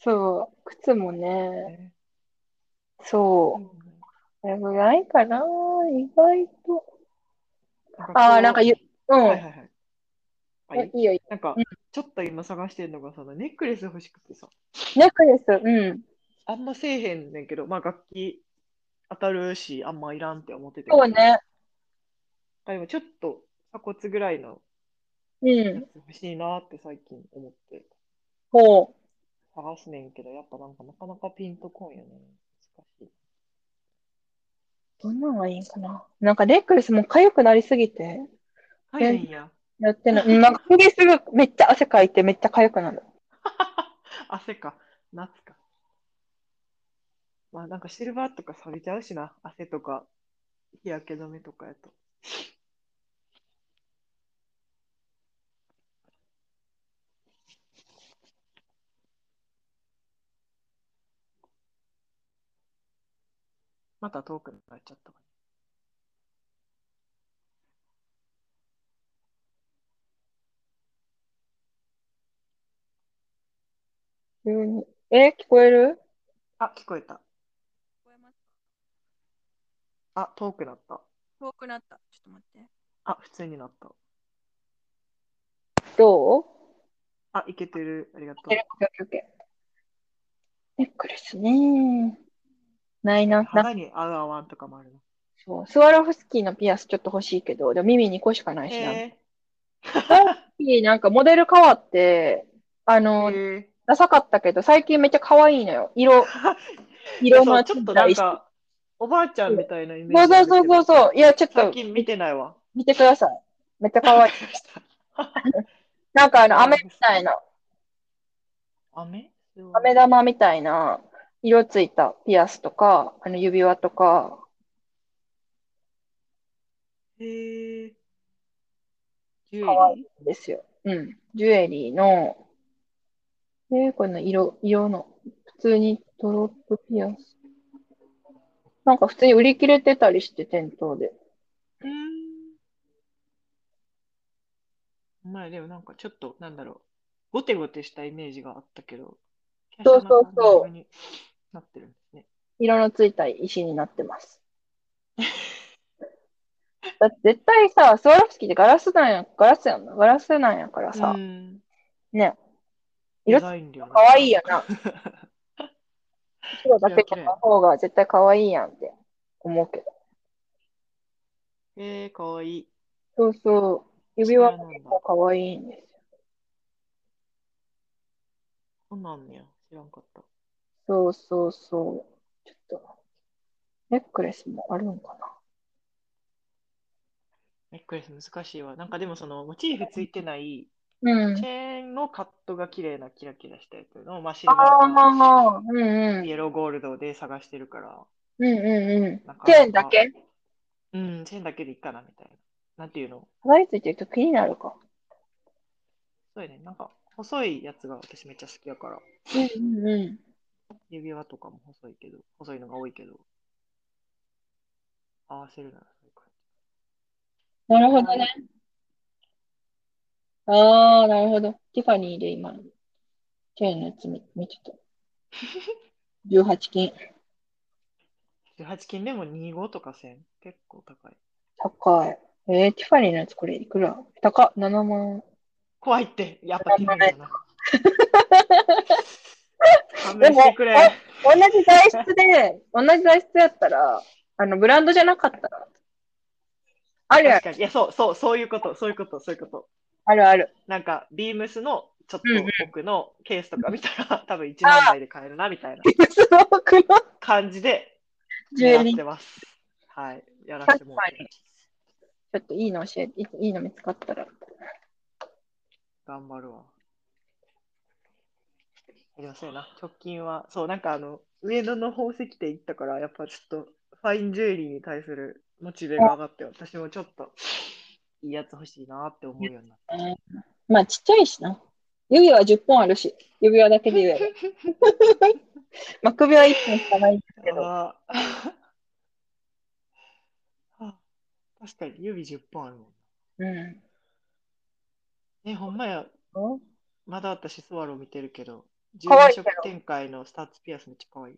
[SPEAKER 2] そう、靴もね、
[SPEAKER 1] ね
[SPEAKER 2] そう、これぐらいかなー、意外と。ああ、なんかゆ、う
[SPEAKER 1] うんはいはいはい。あいい
[SPEAKER 2] いいよ、いいよ
[SPEAKER 1] なんか
[SPEAKER 2] うん、
[SPEAKER 1] ちょっと今探してるのが、そのネックレス欲しくてさ、
[SPEAKER 2] ネックレス、うん。
[SPEAKER 1] あんませえへんねんけど、まあ楽器当たるし、あんまいらんって思ってて。
[SPEAKER 2] そうね、
[SPEAKER 1] あでもちょっと鎖骨ぐらいの
[SPEAKER 2] う
[SPEAKER 1] や
[SPEAKER 2] ん。
[SPEAKER 1] つ欲しいなって最近思って
[SPEAKER 2] ほう。
[SPEAKER 1] 探すねんけど、やっぱなんかなかなかピンとこんよね。難しい。
[SPEAKER 2] どんなのがいいんかな。なんかネックレスも痒くなりすぎて、
[SPEAKER 1] 大変や。
[SPEAKER 2] やってない。うんなんか首すぐめっちゃ汗かいてめっちゃ痒くなる。
[SPEAKER 1] 汗か、夏か。まあなんかシルバーとか錆びちゃうしな、汗とか日焼け止めとかやと。 また遠くになっちゃったわ。
[SPEAKER 2] 急に。え、聞こえる
[SPEAKER 1] あ、聞こえた。
[SPEAKER 3] 聞こえます
[SPEAKER 1] あ、遠くなった。
[SPEAKER 3] 遠くなった。ちょっと待って。
[SPEAKER 1] あ、普通になった。
[SPEAKER 2] どう
[SPEAKER 1] あ、いけてる。ありがと
[SPEAKER 2] オッケーオッケーオッケーネックレスね。ないな。
[SPEAKER 1] う。
[SPEAKER 2] な
[SPEAKER 1] 肌に合う合わんとかもあるな。
[SPEAKER 2] そうスワロフスキーのピアスちょっと欲しいけど、でも耳2個しかないしな。
[SPEAKER 1] え
[SPEAKER 2] なんかモデル変わって、あの、
[SPEAKER 1] ー、え
[SPEAKER 2] ダサかったけど、最近めっちゃ可愛いのよ。色、
[SPEAKER 1] ー。
[SPEAKER 2] 色
[SPEAKER 1] そ
[SPEAKER 2] の
[SPEAKER 1] うちょっとなんか、おばあちゃんみたいなイメ
[SPEAKER 2] そ
[SPEAKER 1] ー
[SPEAKER 2] う
[SPEAKER 1] ジあ
[SPEAKER 2] そう
[SPEAKER 1] るけど。
[SPEAKER 2] そうそうそう。いや、ちょっと
[SPEAKER 1] 最近見てないわ。
[SPEAKER 2] 見てください。めっちゃ可愛い。なんかあの、飴みたいな、
[SPEAKER 1] 雨
[SPEAKER 2] 飴玉みたいな、色ついたピアスとか、あの指輪とか、
[SPEAKER 1] へえ。ジュエリー
[SPEAKER 2] かわいいんですよ。うん。ジュエリーの、えー、この色、色の、普通にドロップピアス。なんか普通に売り切れてたりして、店頭で。
[SPEAKER 1] うーん。まあでもなんかちょっと、なんだろう。ゴテゴテしたイメージがあったけど、
[SPEAKER 2] そうそうそう
[SPEAKER 1] 華奢な感じになってるんですね。
[SPEAKER 2] 色のついた石になってます。 だって絶対さ、スワロフスキーってガラスなんや、ガラスやんな、ガラスなんやからさ、
[SPEAKER 1] うん。
[SPEAKER 2] ね、
[SPEAKER 1] デ
[SPEAKER 2] 色
[SPEAKER 1] ザイン量か
[SPEAKER 2] かわいいや な。白だけ
[SPEAKER 1] 綺麗綺麗
[SPEAKER 2] の方が絶対かわいいやんって思うけど。
[SPEAKER 1] えー、かわいい。
[SPEAKER 2] そうそう、指輪も
[SPEAKER 1] そうなん
[SPEAKER 2] 結
[SPEAKER 1] だ
[SPEAKER 2] 構かわいいんですよ。
[SPEAKER 1] そうなんねや。知らんかった。
[SPEAKER 2] そうそうそう。ちょっと、ネックレスもあるんかな。
[SPEAKER 1] ネックレス難しいわ。なんかでもそのモチーフついてない
[SPEAKER 2] うん
[SPEAKER 1] チ。ェーンのカットが綺麗なキラキラしたやつの、まあ、シル
[SPEAKER 2] あ
[SPEAKER 1] バーと
[SPEAKER 2] あ、うんうん。
[SPEAKER 1] イエローゴールドで探してるから、
[SPEAKER 2] うんうんうん。
[SPEAKER 1] なかなか
[SPEAKER 2] チェーンだけ
[SPEAKER 1] うん、チェーンだけでいいかなみたいな。なんていうの
[SPEAKER 2] かわいついてると気になるか。
[SPEAKER 1] そうやね。なんか細いやつが私めっちゃ好きやから、
[SPEAKER 2] うんうんうん。
[SPEAKER 1] 指輪とかも細いけど、細いのが多いけど、合わせるならそういう感
[SPEAKER 2] なるほどね。ああ、なるほど。ティファニーで今、チェーンのやつ見見てた。18金。
[SPEAKER 1] じ。18金でも25とか1000。結構高い。
[SPEAKER 2] 高い。えー、ティファニーのやつこれいくら高っ、7万。
[SPEAKER 1] 怖いって、やっぱティファニーだな。勘弁してくれ。
[SPEAKER 2] 同じ材質で、同じ材質やったら、あの、ブランドじゃなかったら、あるあ
[SPEAKER 1] 確か
[SPEAKER 2] る、
[SPEAKER 1] に。いや、そう、そう、そういうこと、そういうこと、そういうこと。
[SPEAKER 2] あるあ る。
[SPEAKER 1] なんか、ビームスのちょっ
[SPEAKER 2] うんうん
[SPEAKER 1] と奥のケースとか見たら、 多分1万台で買えるな、みたいな
[SPEAKER 2] その奥の
[SPEAKER 1] 感じで、
[SPEAKER 2] ジュエ
[SPEAKER 1] 狙っ
[SPEAKER 2] リー。ち
[SPEAKER 1] てます。はい。やらせてもらってます
[SPEAKER 2] ょっといいの教えて、いいの見つかったら。
[SPEAKER 1] 頑張るわ。ありませんな。直近は、そう、なんかあの、上野の宝石店行ったから、やっぱちょっと、ファインジュエリーに対するモチベが上がって、私もちょっと、いいやつ欲しいなって思うようになっ
[SPEAKER 2] まあ、ちっちゃいしな。指輪10本あるし、指輪だけで言えば。 まあ、首は1本しかないんですけ
[SPEAKER 1] た。
[SPEAKER 2] ど。
[SPEAKER 1] あー あ確かに、指10本あるもん。
[SPEAKER 2] うん。
[SPEAKER 1] ね、ほんまや、
[SPEAKER 2] お
[SPEAKER 1] まだ私、スワロー見てるけど、
[SPEAKER 2] 可愛
[SPEAKER 1] 12
[SPEAKER 2] いけど
[SPEAKER 1] 色展開のスタッツピアスめっちゃ可愛い。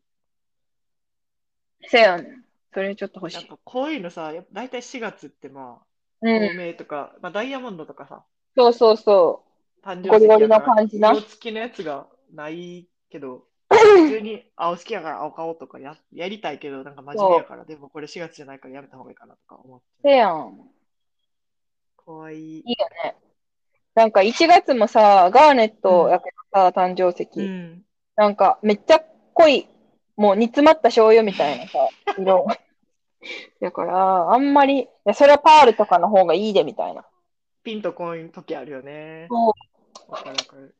[SPEAKER 2] せやねん。それちょっと欲し
[SPEAKER 1] なん
[SPEAKER 2] い。
[SPEAKER 1] かこういうのさ、やっぱ大体4月ってまあ、
[SPEAKER 2] うん。
[SPEAKER 1] 透明とか、まあ、ダイヤモンドとかさ、
[SPEAKER 2] そうそうそ
[SPEAKER 1] 誕
[SPEAKER 2] ゴリゴリの
[SPEAKER 1] だから
[SPEAKER 2] 感じな
[SPEAKER 1] 色付きのやつがないけど、 普通に青好きやから青買おうとかややりたいけど、なんか真面目やから、でもこれ4月じゃないからやめた方がいいかなとか思っ
[SPEAKER 2] う。
[SPEAKER 1] て。
[SPEAKER 2] せやん。
[SPEAKER 1] かわいい。
[SPEAKER 2] いいよね。なんか1月もさ、ガーネットやけどさ、誕生石。
[SPEAKER 1] うん。
[SPEAKER 2] なんかめっちゃ濃い、もう煮詰まった醤油みたいな さ、色。だから、あんまり、いや、それはパールとかの方がいいでみたいな。
[SPEAKER 1] ピンとこういう時あるよね。
[SPEAKER 2] そう
[SPEAKER 1] わかるわかる。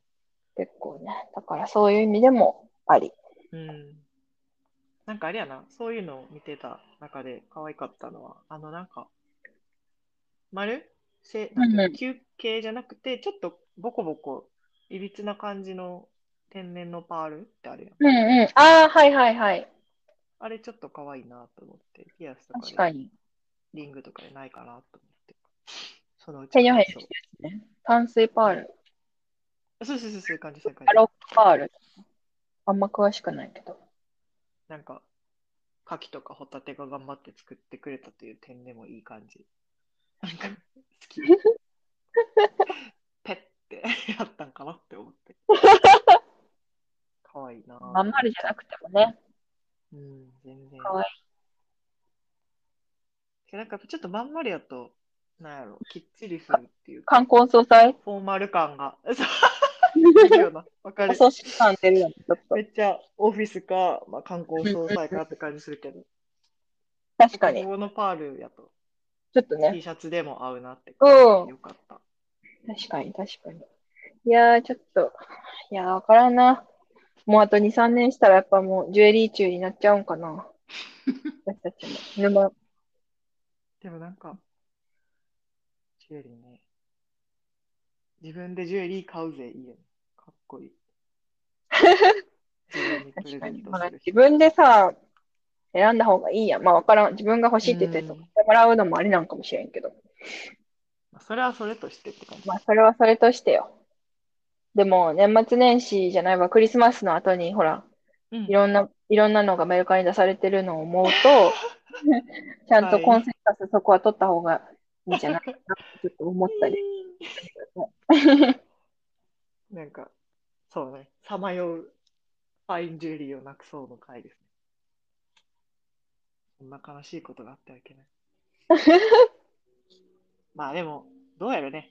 [SPEAKER 2] 結構ね。だからそういう意味でもあり。
[SPEAKER 1] うん。なんかあれやな、そういうのを見てた中で可愛かったのは、あのなんか、丸せなんていう
[SPEAKER 2] うん
[SPEAKER 1] の球形じゃなくて、ちょっとボコボコ、いびつな感じの天然のパールってあるやん。
[SPEAKER 2] うんうん。ああ、はいはいはい。
[SPEAKER 1] あれちょっと可愛いなと思って、ピアスと
[SPEAKER 2] 確
[SPEAKER 1] か
[SPEAKER 2] か
[SPEAKER 1] で
[SPEAKER 2] に。
[SPEAKER 1] リングとかでないかなと思って。そのうち
[SPEAKER 2] へにょへにょ
[SPEAKER 1] そう
[SPEAKER 2] 淡水パール。
[SPEAKER 1] そうそうそうそういう感じ、そういう感
[SPEAKER 2] ア
[SPEAKER 1] じ。
[SPEAKER 2] ロッパール。あんま詳しくないけど。
[SPEAKER 1] なんか、牡蠣とかホタテが頑張って作ってくれたという点でもいい感じ。なんか、好き。ペッてやったんかなって思って。可愛いな
[SPEAKER 2] まんまるじゃなくてもね。
[SPEAKER 1] うん、全然。
[SPEAKER 2] 可愛
[SPEAKER 1] いなんか、ちょっとまんまるやと、なんやろ、きっちりするっていうか、
[SPEAKER 2] 冠婚葬祭
[SPEAKER 1] フォーマル感 が。そういるよなわか
[SPEAKER 2] お
[SPEAKER 1] る。
[SPEAKER 2] 葬式感出るよね、ちょっと
[SPEAKER 1] め。っちゃオフィスか、まあ、観光総裁かって感じするけど、
[SPEAKER 2] 確かに。
[SPEAKER 1] このパールやと
[SPEAKER 2] ちょっとね。
[SPEAKER 1] T シャツでも合うなって。
[SPEAKER 2] うん
[SPEAKER 1] よかった。
[SPEAKER 2] 確かに、確かに。いやー、ちょっと、いやー、わからんな。もうあと2、3年したら、やっぱもう、ジュエリー中になっちゃうんか な。私たちも。沼。
[SPEAKER 1] でもなんか、ジュエリーね。自分でジュエリー買うぜ、いいよね。かっこい い。自分にプレ
[SPEAKER 2] 確
[SPEAKER 1] ゼ
[SPEAKER 2] か
[SPEAKER 1] ン
[SPEAKER 2] に。
[SPEAKER 1] ト
[SPEAKER 2] まあ
[SPEAKER 1] する
[SPEAKER 2] 自分でさ、選んだ方がいいやん。まあ、わからん。自分が欲しいって言って、
[SPEAKER 1] うん
[SPEAKER 2] 買ってもらうのもありなんかもしれんけど。
[SPEAKER 1] まあそれはそれとしてって感じ。
[SPEAKER 2] まあ、それはそれとしてよ。でも、年末年始じゃないわ、クリスマスの後に、ほら、
[SPEAKER 1] うん
[SPEAKER 2] いろんな、いろんなのがメルカリに出されてるのを思う と、ちゃんとコンセンサスそこは取った方がいいんじゃないかなってちょっと思ったり。
[SPEAKER 1] なんか、そうね。さまようファインジュエリーをなくそうの回ですね。そんな悲しいことがあってはいけない。 まあでも、どうやろね。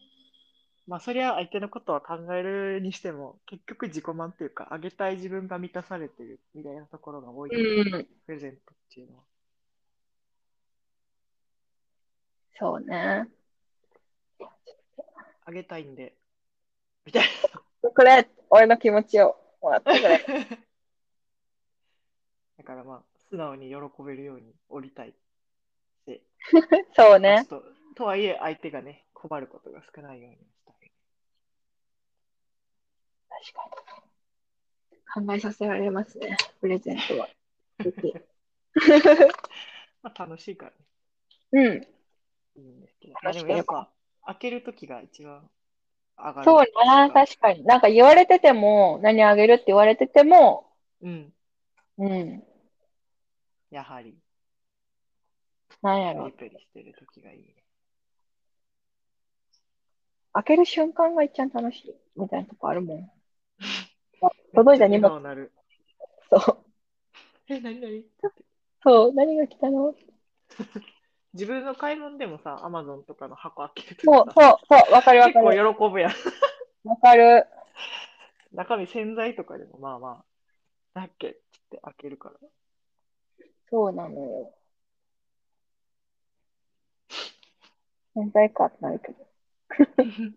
[SPEAKER 1] まあそりゃ相手のことは考えるにしても、結局自己満というか、あげたい自分が満たされてるみたいなところが多い、
[SPEAKER 2] うん、
[SPEAKER 1] プレゼントっていうのは。
[SPEAKER 2] そうね。
[SPEAKER 1] あげたいんで、みたいな。
[SPEAKER 2] これ、俺の気持ちをもらってく れ。
[SPEAKER 1] だからまあ、素直に喜べるように降りたいって。
[SPEAKER 2] そう
[SPEAKER 1] まあ
[SPEAKER 2] ね。
[SPEAKER 1] ちょっととはいえ、相手がね、困ることが少ないようにしたい。
[SPEAKER 2] 確かに。考えさせられますね、プレゼントは。
[SPEAKER 1] まあ、楽しいからね、
[SPEAKER 2] うん、
[SPEAKER 1] いいんですけど。まあ、でもやっぱ、開けるときが一番上がる。
[SPEAKER 2] そうね、確かに。なんか言われてても、何あげるって言われてても、
[SPEAKER 1] に。うん、
[SPEAKER 2] うん、
[SPEAKER 1] やはり、
[SPEAKER 2] なんや
[SPEAKER 1] ペ
[SPEAKER 2] ろ
[SPEAKER 1] リ。ペリしてるときがいい ね。
[SPEAKER 2] 開ける瞬間が一番楽しいみたいなとこあるもん。届いた荷物
[SPEAKER 1] めっちゃ笑顔なる。
[SPEAKER 2] そう。
[SPEAKER 1] え、なになに
[SPEAKER 2] そう、何が来たの
[SPEAKER 1] 自分の買い物でもさ、アマゾンとかの箱開ける
[SPEAKER 2] そう、
[SPEAKER 1] とき
[SPEAKER 2] そう、そう、わかるわ
[SPEAKER 1] 結
[SPEAKER 2] かる。
[SPEAKER 1] 構喜ぶやん。
[SPEAKER 2] わかる。
[SPEAKER 1] 中身洗剤とかでもまあまあ、だっけっつって開けるから。
[SPEAKER 2] そうなのよ。存在感ってなるけど。はい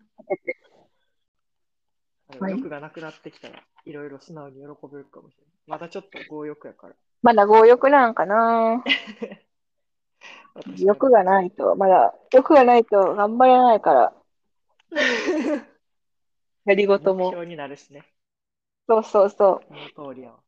[SPEAKER 1] あの欲がなくなってきたら、いろいろ素直に喜べるかもしれない。まだちょっと強欲やから。
[SPEAKER 2] まだ強欲なんかな
[SPEAKER 1] 私は
[SPEAKER 2] 欲がないと、まだ、欲がないと頑張れないから、やりごと
[SPEAKER 1] 目
[SPEAKER 2] も。
[SPEAKER 1] 標になるしね。
[SPEAKER 2] そうそうそう。
[SPEAKER 1] その通りやわ。